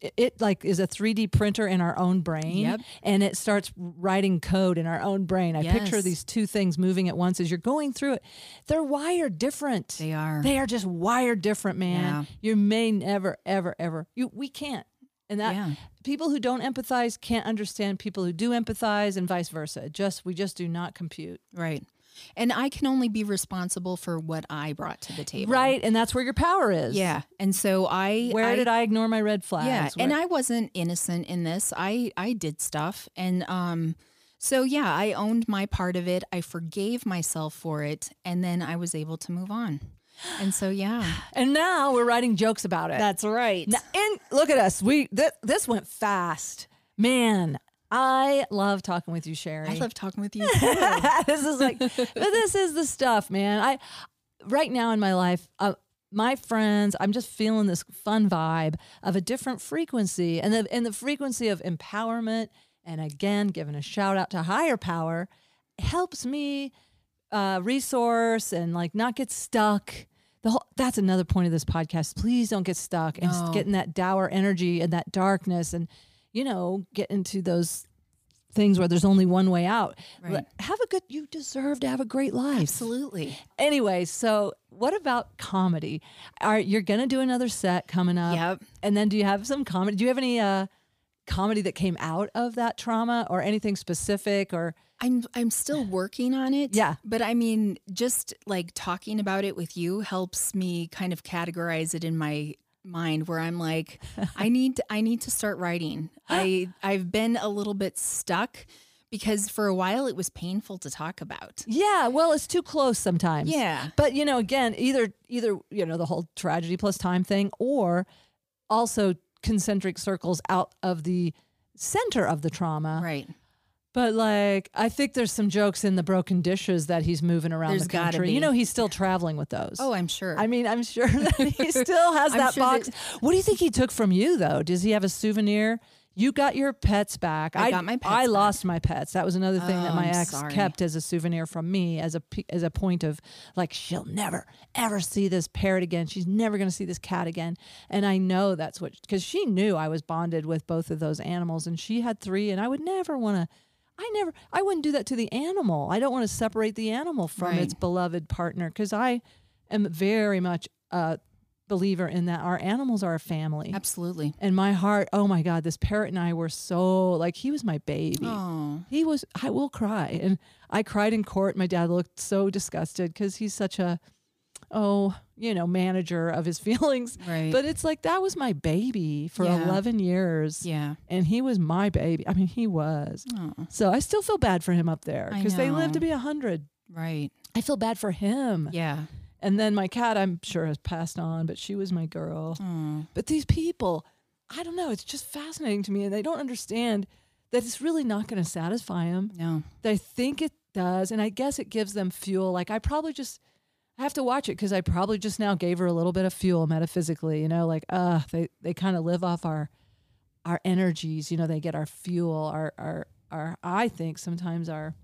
S1: it- it like is a 3D printer in our own brain
S2: Yep.
S1: and it starts writing code in our own brain. I picture
S2: Yes.
S1: these two things moving at once as you're going through it. They're wired different.
S2: They are.
S1: They are just wired different, man. You may never ever ever. You we can't. And that
S2: Yeah.
S1: people who don't empathize can't understand people who do empathize and vice versa. It Just we just do not compute.
S2: Right. And I can only be responsible for what I brought to the table.
S1: Right? And that's where your power is.
S2: Yeah. And so I
S1: Where
S2: I,
S1: did I ignore my red
S2: Yeah.
S1: flags?
S2: And I wasn't innocent in this. I I did stuff and um so yeah, I owned my part of it. I forgave myself for it and then I was able to move on. And so yeah.
S1: and now we're writing jokes about it.
S2: That's right.
S1: Now, and look at us. We th- this went fast, man. I love talking with you, Sherry.
S2: I love talking with you. too.
S1: this is like, but this is the stuff, man. I right now in my life, uh, my friends, I'm just feeling this fun vibe of a different frequency, and the and the frequency of empowerment. And again, giving a shout out to higher power helps me uh, resource and like not get stuck. The whole, that's another point of this podcast. Please don't get stuck and
S2: No.
S1: just get in that dour energy and that darkness and, you know, get into those things where there's only one way out.
S2: Right.
S1: Let- Have a good, you deserve to have a great life.
S2: Absolutely.
S1: Anyway, so what about comedy? Are You're going to do another set coming up.
S2: Yep.
S1: And then do you have some comedy? Do you have any uh, comedy that came out of that trauma or anything specific or?
S2: I'm I'm still working on it.
S1: Yeah.
S2: But I mean, just like talking about it with you helps me kind of categorize it in my mind where I'm like, I need to, I need to start writing. I I've been a little bit stuck because for a while it was painful to talk about.
S1: Yeah, well, it's too close sometimes.
S2: Yeah.
S1: But you know, again, either either you know the whole tragedy plus time thing, or also concentric circles out of the center of the trauma.
S2: Right.
S1: But like, I think there's some jokes in the broken dishes that he's moving around
S2: There's
S1: the
S2: gotta
S1: country.
S2: be.
S1: You know, he's still traveling with those.
S2: Oh, I'm sure.
S1: I mean, I'm sure that he still has
S2: I'm
S1: that
S2: sure
S1: box.
S2: that-
S1: What do you think he took from you though? Does he have a souvenir? You got your pets back.
S2: I got my pets
S1: I
S2: back.
S1: lost my pets. That was another thing that
S2: Oh,
S1: my
S2: I'm
S1: ex
S2: sorry.
S1: kept as a souvenir from me, as a p- as a point of like she'll never ever see this parrot again. She's never going to see this cat again. And I know that's what because she knew I was bonded with both of those animals, and she had three, and I would never want to. I never, I wouldn't do that to the animal. I don't want to separate the animal from
S2: Right.
S1: its beloved partner because I am very much a believer in that our animals are a family.
S2: Absolutely.
S1: And my heart, oh my God, this parrot and I were so like he was my baby.
S2: Oh.
S1: He was, I will cry. And I cried in court. My dad looked so disgusted because he's such a, oh, you know, manager of his feelings.
S2: Right.
S1: But it's like that was my baby for
S2: Yeah.
S1: 11 years.
S2: yeah.
S1: And he was my baby. I mean, he was.
S2: Oh,
S1: So I still feel bad for him up there
S2: I
S1: because they live
S2: know.
S1: to be 100.
S2: right.
S1: I feel bad for him.
S2: Yeah.
S1: And then my cat, I'm sure, has passed on, but she was my girl.
S2: Oh.
S1: But these people, I don't know, it's just fascinating to me. And they don't understand that it's really not going to satisfy them.
S2: No.
S1: They think it does. And I guess it gives them fuel. Like, I probably just, I have to watch it because I probably just now gave her a little bit of fuel metaphysically, you know, like, uh, they, they kind of live off our, our energies, you know, they get our fuel, our, our, our, I think sometimes our,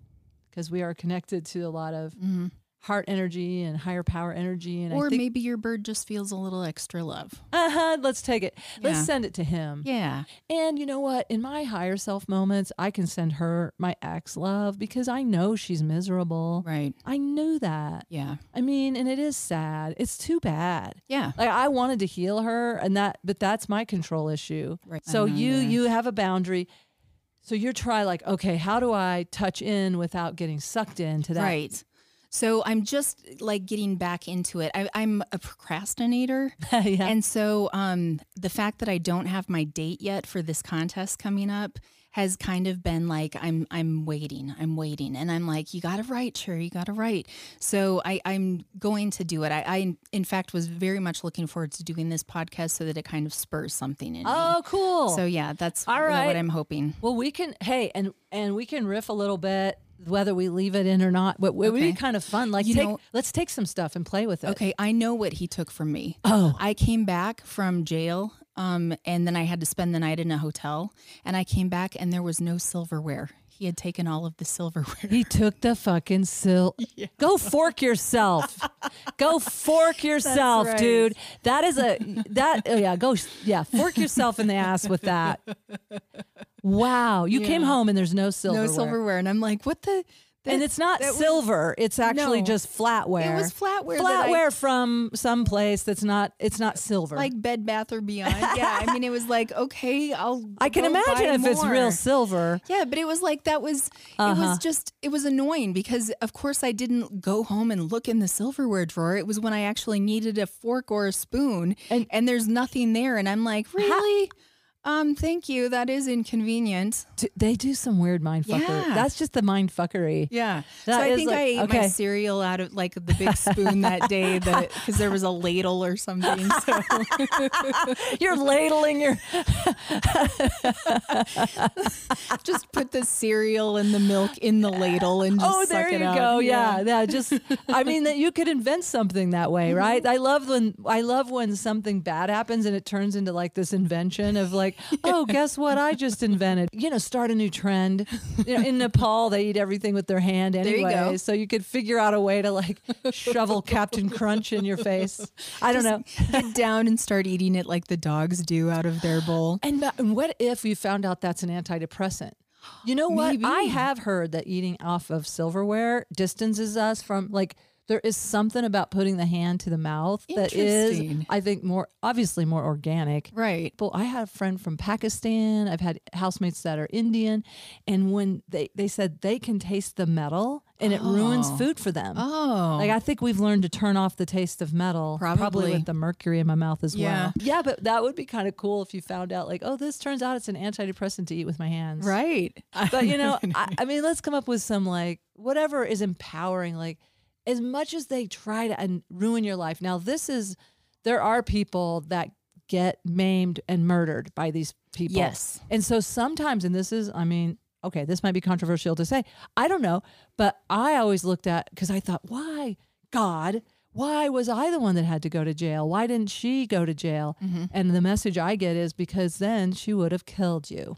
S1: because we are connected to a lot of
S2: Mhm.
S1: heart energy and higher power energy. And I
S2: Or
S1: think,
S2: maybe your bird just feels a little extra love.
S1: uh-huh, let's take it. Let's
S2: Yeah.
S1: send it to him.
S2: Yeah.
S1: And you know what? In my higher self moments, I can send her my ex love because I know she's miserable.
S2: Right.
S1: I knew that.
S2: Yeah.
S1: I mean, and it is sad. It's too bad.
S2: Yeah.
S1: Like I wanted to heal her and that but that's my control issue.
S2: Right.
S1: So
S2: I know,
S1: you
S2: yeah.
S1: you have a boundary. So you're try like, okay, how do I touch in without getting sucked into that?
S2: Right. So I'm just like getting back into it. I, I'm a procrastinator.
S1: yeah.
S2: And so um, the fact that I don't have my date yet for this contest coming up has kind of been like I'm I'm waiting, I'm waiting. And I'm like, you gotta write, sure, you gotta write. So I, I'm going to do it. I, I in fact was very much looking forward to doing this podcast so that it kind of spurs something in
S1: oh, cool.
S2: me. So yeah, that's
S1: All right.
S2: what I'm hoping.
S1: Well, we can. Hey, and and we can riff a little bit whether we leave it in or not. But it would be
S2: Okay.
S1: kind of fun. Like,
S2: You
S1: take,
S2: know-
S1: let's take some stuff and play with it.
S2: Okay, I know what he took from me.
S1: Oh.
S2: I came back from jail, um, and then I had to spend the night in a hotel. And I came back, and there was no silverware. he had taken all of the silverware.
S1: He took the fucking sil. Go fork yourself. go fork yourself,
S2: right.
S1: dude. That is a that. Oh yeah, go yeah. Fork yourself in the ass with that. Wow, you came
S2: Yeah.
S1: home and there's no silverware.
S2: No silverware. And I'm like, what the?
S1: And it's not silver. it's actually
S2: No.
S1: just flatware.
S2: It was flatware. that I-
S1: Flatware from some place that's not. It's not silver.
S2: like Bed Bath or Beyond. Yeah, I mean, it was like okay, I'll.
S1: I can
S2: go buy
S1: imagine if it's
S2: more.
S1: real silver.
S2: Yeah, but it was like that was it
S1: Uh-huh.
S2: was just it was annoying because of course I didn't go home and look in the silverware drawer. It was when I actually needed a fork or a spoon and, there's nothing there and I'm like, "Really? um thank you. That is inconvenient."
S1: D- They do some weird mind fuckery.
S2: Yeah.
S1: That's just the mind fuckery.
S2: Yeah.
S1: That
S2: so I
S1: is
S2: think
S1: like-
S2: I ate my
S1: okay.
S2: cereal out of like the big spoon that day that cuz there was a ladle or something. So
S1: You're ladling your
S2: just put the cereal and the milk in the ladle and just
S1: Oh,
S2: suck
S1: there
S2: it
S1: you
S2: up.
S1: go. Yeah. yeah, Just, I mean, that you could invent something that way,
S2: Mm-hmm.
S1: right? I love when I love when something bad happens and it turns into like this invention of like, oh, guess what? I just invented. You know, start a new trend. You know, in Nepal, they eat everything with their hand
S2: you
S1: anyway,
S2: go.
S1: so you could figure out a way to like shovel Captain Crunch in your face. I don't know.
S2: Get down and start eating it like the dogs do out of their bowl.
S1: And, ma- and what if we found out that's an antidepressant? You know what? I
S2: Maybe.
S1: have heard that eating off of silverware distances us from like there is something about putting the hand to the mouth that is
S2: Interesting.
S1: I think more obviously more organic.
S2: Right.
S1: But I had a friend from Pakistan. I've had housemates that are Indian and when they they said they can taste the metal and it ruins food for them.
S2: Oh.
S1: Like I think we've learned to turn off the taste of metal,
S2: Probably.
S1: with the mercury in my mouth as well.
S2: Yeah.
S1: Yeah, but that would be kind of cool if you found out, like, oh, this turns out it's an antidepressant to eat with my hands.
S2: right.
S1: But you know, I, I mean, let's come up with some like whatever is empowering. Like, as much as they try to un- ruin your life. Now, this is there are people that get maimed and murdered by these people.
S2: Yes.
S1: And so sometimes, and this is, I mean, okay, this might be controversial to say. I don't know, but I always looked at because I thought, why God? Why was I the one that had to go to jail? Why didn't she go to jail? And the message I get is because then she would have killed you.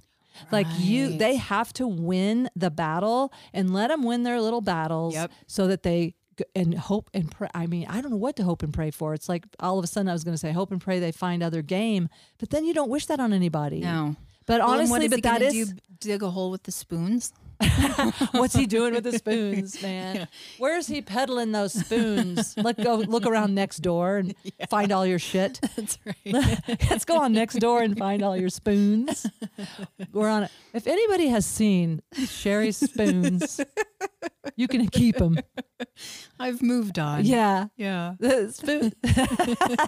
S1: Like you, they have to win the battle and let them win their little battles
S2: Yep.
S1: so that they g- and hope and pray. I mean, I don't know what to hope and pray for. It's like all of a sudden I was going to say hope and pray they find other game, but then you don't wish that on anybody.
S2: No.
S1: But
S2: Well, and what
S1: honestly,
S2: is
S1: but
S2: he
S1: that
S2: gonna
S1: is
S2: do, dig a hole with the spoons.
S1: what's he doing with the spoons, man? Where's he peddling those spoons? Let go look around next door and find all your shit.
S2: That's right.
S1: Let's go on next door and find all your spoons. We're on. it. If anybody has seen Sherry's spoons, you can keep them.
S2: I've moved on.
S1: Yeah.
S2: Yeah.
S1: The spoon.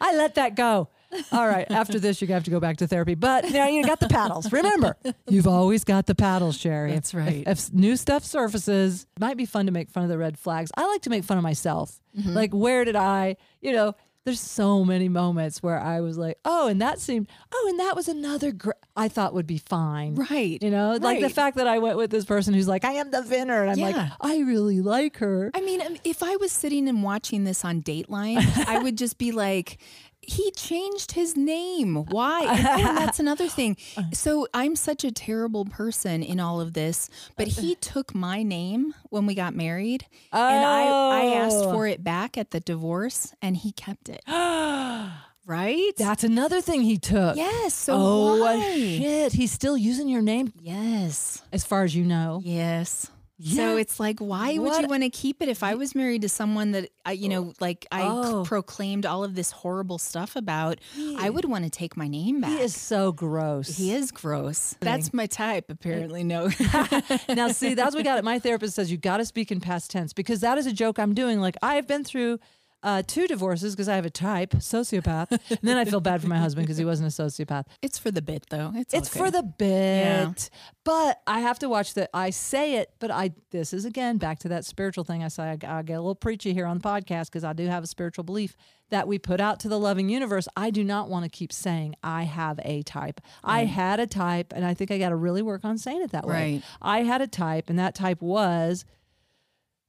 S1: I let that go. All right. After this, you have to go back to therapy. But now you got the paddles. Remember, you've always got the paddles, Sherry.
S2: That's
S1: If- if-
S2: right.
S1: If, new stuff surfaces, it might be fun to make fun of the red flags. I like to make fun of myself.
S2: Mm-hmm.
S1: Like, where did I, you know, there's so many moments where I was like, oh, and that seemed, oh, and that was another gr- I thought would be fine.
S2: Right.
S1: You know, like the
S2: Right.
S1: fact that I went with this person who's like, I am the vinner. And I'm like,
S2: Yeah.
S1: I really like her.
S2: I mean, um, if I was sitting and watching this on Dateline, I would just be like, he changed his name. Why? And, oh, and that's another thing. So I'm such a terrible person in all of this, but he took my name when we got married. And I, I asked
S1: Oh.
S2: for it back at the divorce and he kept it. right?
S1: That's another thing he took.
S2: yes. So
S1: Oh
S2: why?
S1: shit! He's still using your name,
S2: Yes.
S1: as far as you know.
S2: Yes.
S1: Yeah.
S2: So it's like, why would
S1: What-
S2: you want to keep it if I was married to someone that I, you know, like I c-
S1: Oh.
S2: proclaimed all of this horrible stuff about? I would want to take my name back.
S1: He is so gross.
S2: He is gross. That's my type, apparently. No.
S1: now, see, that's what got it. My therapist says you got to speak in past tense because that is a joke I'm doing. Like I have been through. Uh, two divorces because I have a type sociopath, and then I feel bad for my husband because he wasn't a sociopath.
S2: it's for the bit, though. It's
S1: It's
S2: okay.
S1: for the bit, but I have to watch that. I say it, but I this is again back to that spiritual thing. I say I, I get a little preachy here on the podcast because I do have a spiritual belief that we put out to the loving universe. I do not want to keep saying I have a type. I had a type, and I think I got to really work on saying it that way.
S2: Right.
S1: I had a type, and that type was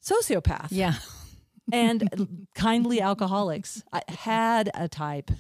S1: sociopath
S2: Yeah.
S1: and kindly alcoholics. I had a type.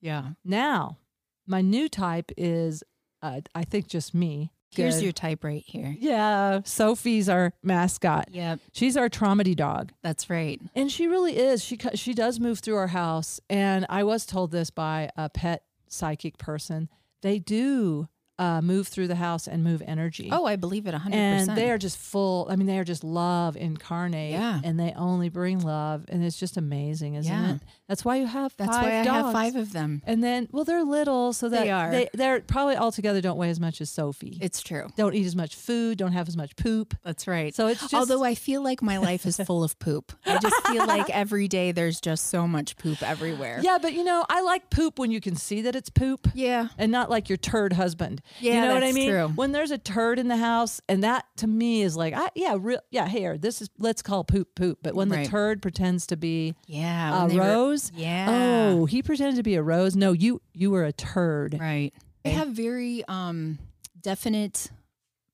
S2: Yeah.
S1: Now, my new type is, uh, I think, just me.
S2: Here's
S1: Good.
S2: your type right here.
S1: Yeah, Sophie's our mascot.
S2: Yep,
S1: She's our traumedy dog.
S2: that's right.
S1: And she really is. She co- she does move through our house, and I was told this by a pet psychic person. They do uh, move through the house and move energy.
S2: Oh, I believe it 100%.
S1: and they are just full. I mean, they are just love incarnate.
S2: Yeah.
S1: and they only bring love, and it's just amazing, isn't
S2: Yeah.
S1: it? That's why you have
S2: that's
S1: five
S2: why I
S1: dogs.
S2: have five of them.
S1: and then, well, they're little, so that
S2: They are.
S1: They, they're probably altogether don't weigh as much as Sophie.
S2: It's true.
S1: don't eat as much food. Don't have as much poop.
S2: That's right.
S1: So it's just
S2: Although I feel like my life is full of poop. I just feel like every day there's just so much poop everywhere.
S1: Yeah, but you know, I like poop when you can see that it's poop
S2: Yeah.
S1: and not like your turd husband. you
S2: Yeah,
S1: know what I
S2: that's
S1: mean?
S2: true.
S1: When there's a turd in the house, and that to me is like, I, yeah, real, yeah, here, this is let's call poop poop. But when
S2: Right.
S1: the turd pretends to be
S2: Yeah.
S1: a
S2: when they were-
S1: rose,
S2: yeah.
S1: oh, he pretended to be a rose. No, you you were a turd.
S2: Right. I have very um, definite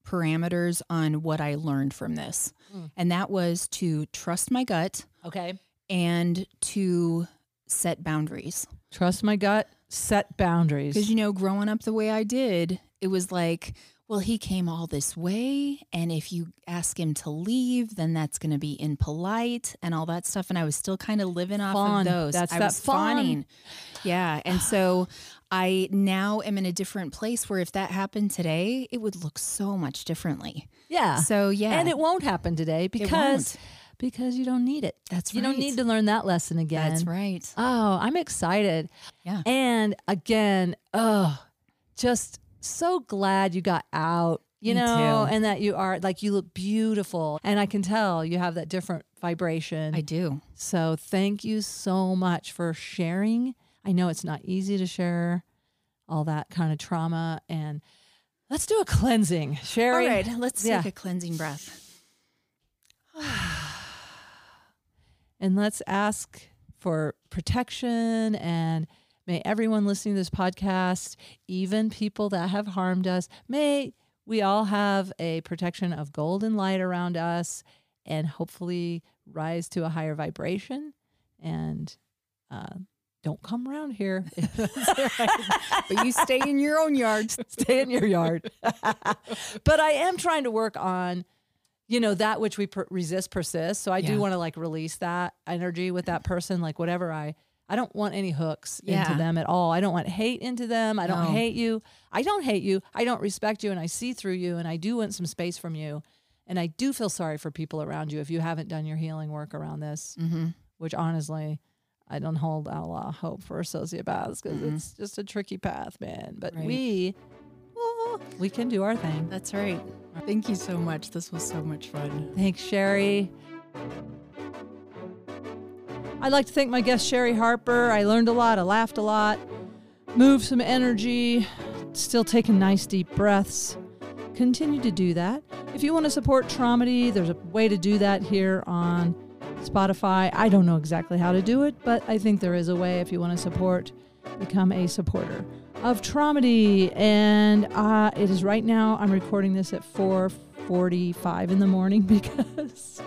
S2: parameters on what I learned from this.
S1: Mm.
S2: And that was to trust my gut
S1: Okay,
S2: and to set boundaries.
S1: trust my gut. Set boundaries.
S2: Because, you know, growing up the way I did, it was like, well, he came all this way. And if you ask him to leave, then that's going to be impolite and all that stuff. And I was still kind of living off
S1: Fawn.
S2: of those.
S1: That's
S2: I
S1: that
S2: was
S1: fawn.
S2: fawning. Yeah. And so I now am in a different place where if that happened today, it would look so much differently.
S1: yeah.
S2: So, yeah.
S1: and it won't happen today because because you don't need it.
S2: That's
S1: you don't
S2: right.
S1: need to learn that lesson again.
S2: that's right.
S1: Oh, I'm excited.
S2: Yeah.
S1: And again, oh, just so glad you got out, you
S2: Me
S1: know,
S2: too.
S1: and that you are like you look beautiful. And I can tell you have that different vibration.
S2: I do.
S1: so thank you so much for sharing. I know it's not easy to share all that kind of trauma and let's do a cleansing.
S2: All
S1: Sherry.
S2: right. Let's
S1: Yeah.
S2: take a cleansing breath.
S1: And let's ask for protection and may everyone listening to this podcast, even people that have harmed us, may we all have a protection of golden light around us and hopefully rise to a higher vibration and uh, don't come around here.
S2: But you stay in your own yard.
S1: Stay in your yard. but I am trying to work on, you know, that which we per- resist persists. So I
S2: Yeah.
S1: do want to like release that energy with that person, like whatever I. I don't want any hooks
S2: Yeah.
S1: into them at all. I don't want hate into them. I don't
S2: No.
S1: hate you. I don't hate you. I don't respect you and I see through you and I do want some space from you. And I do feel sorry for people around you if you haven't done your healing work around this,
S2: Mm-hmm.
S1: which honestly, I don't hold a lot of hope for sociopaths because
S2: Mhm.
S1: it's just a tricky path, man. But
S2: Right.
S1: we we can do our thing.
S2: That's right. Thank you so much. This was so much fun.
S1: Thanks, Sherry. I'd like to thank my guest, Sherry Harper. I learned a lot, I laughed a lot, moved some energy, still taking nice deep breaths. Continue to do that. If you want to support Traumedy, there's a way to do that here on Spotify. I don't know exactly how to do it, but I think there is a way if you want to support, become a supporter of Traumedy. And uh, it is right now, I'm recording this at 4.45 in the morning because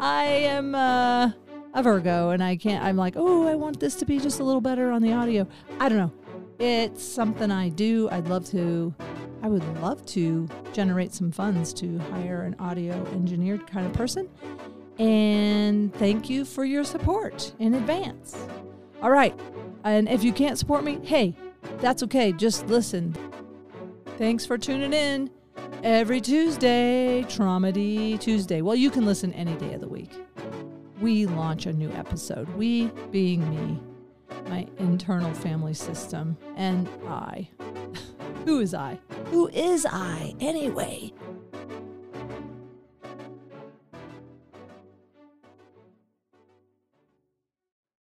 S1: I am uh, a Virgo and I can't, I'm like, oh, I want this to be just a little better on the audio. I don't know. It's something I do. I'd love to, I would love to generate some funds to hire an audio engineered kind of person. And thank you for your support in advance. All right. And if you can't support me, hey, that's okay. Just listen. Thanks for tuning in every Tuesday, Traumedy Tuesday. Well, you can listen any day of the week. We launch a new episode. We being me, my internal family system, and I. Who is I? Who is I anyway?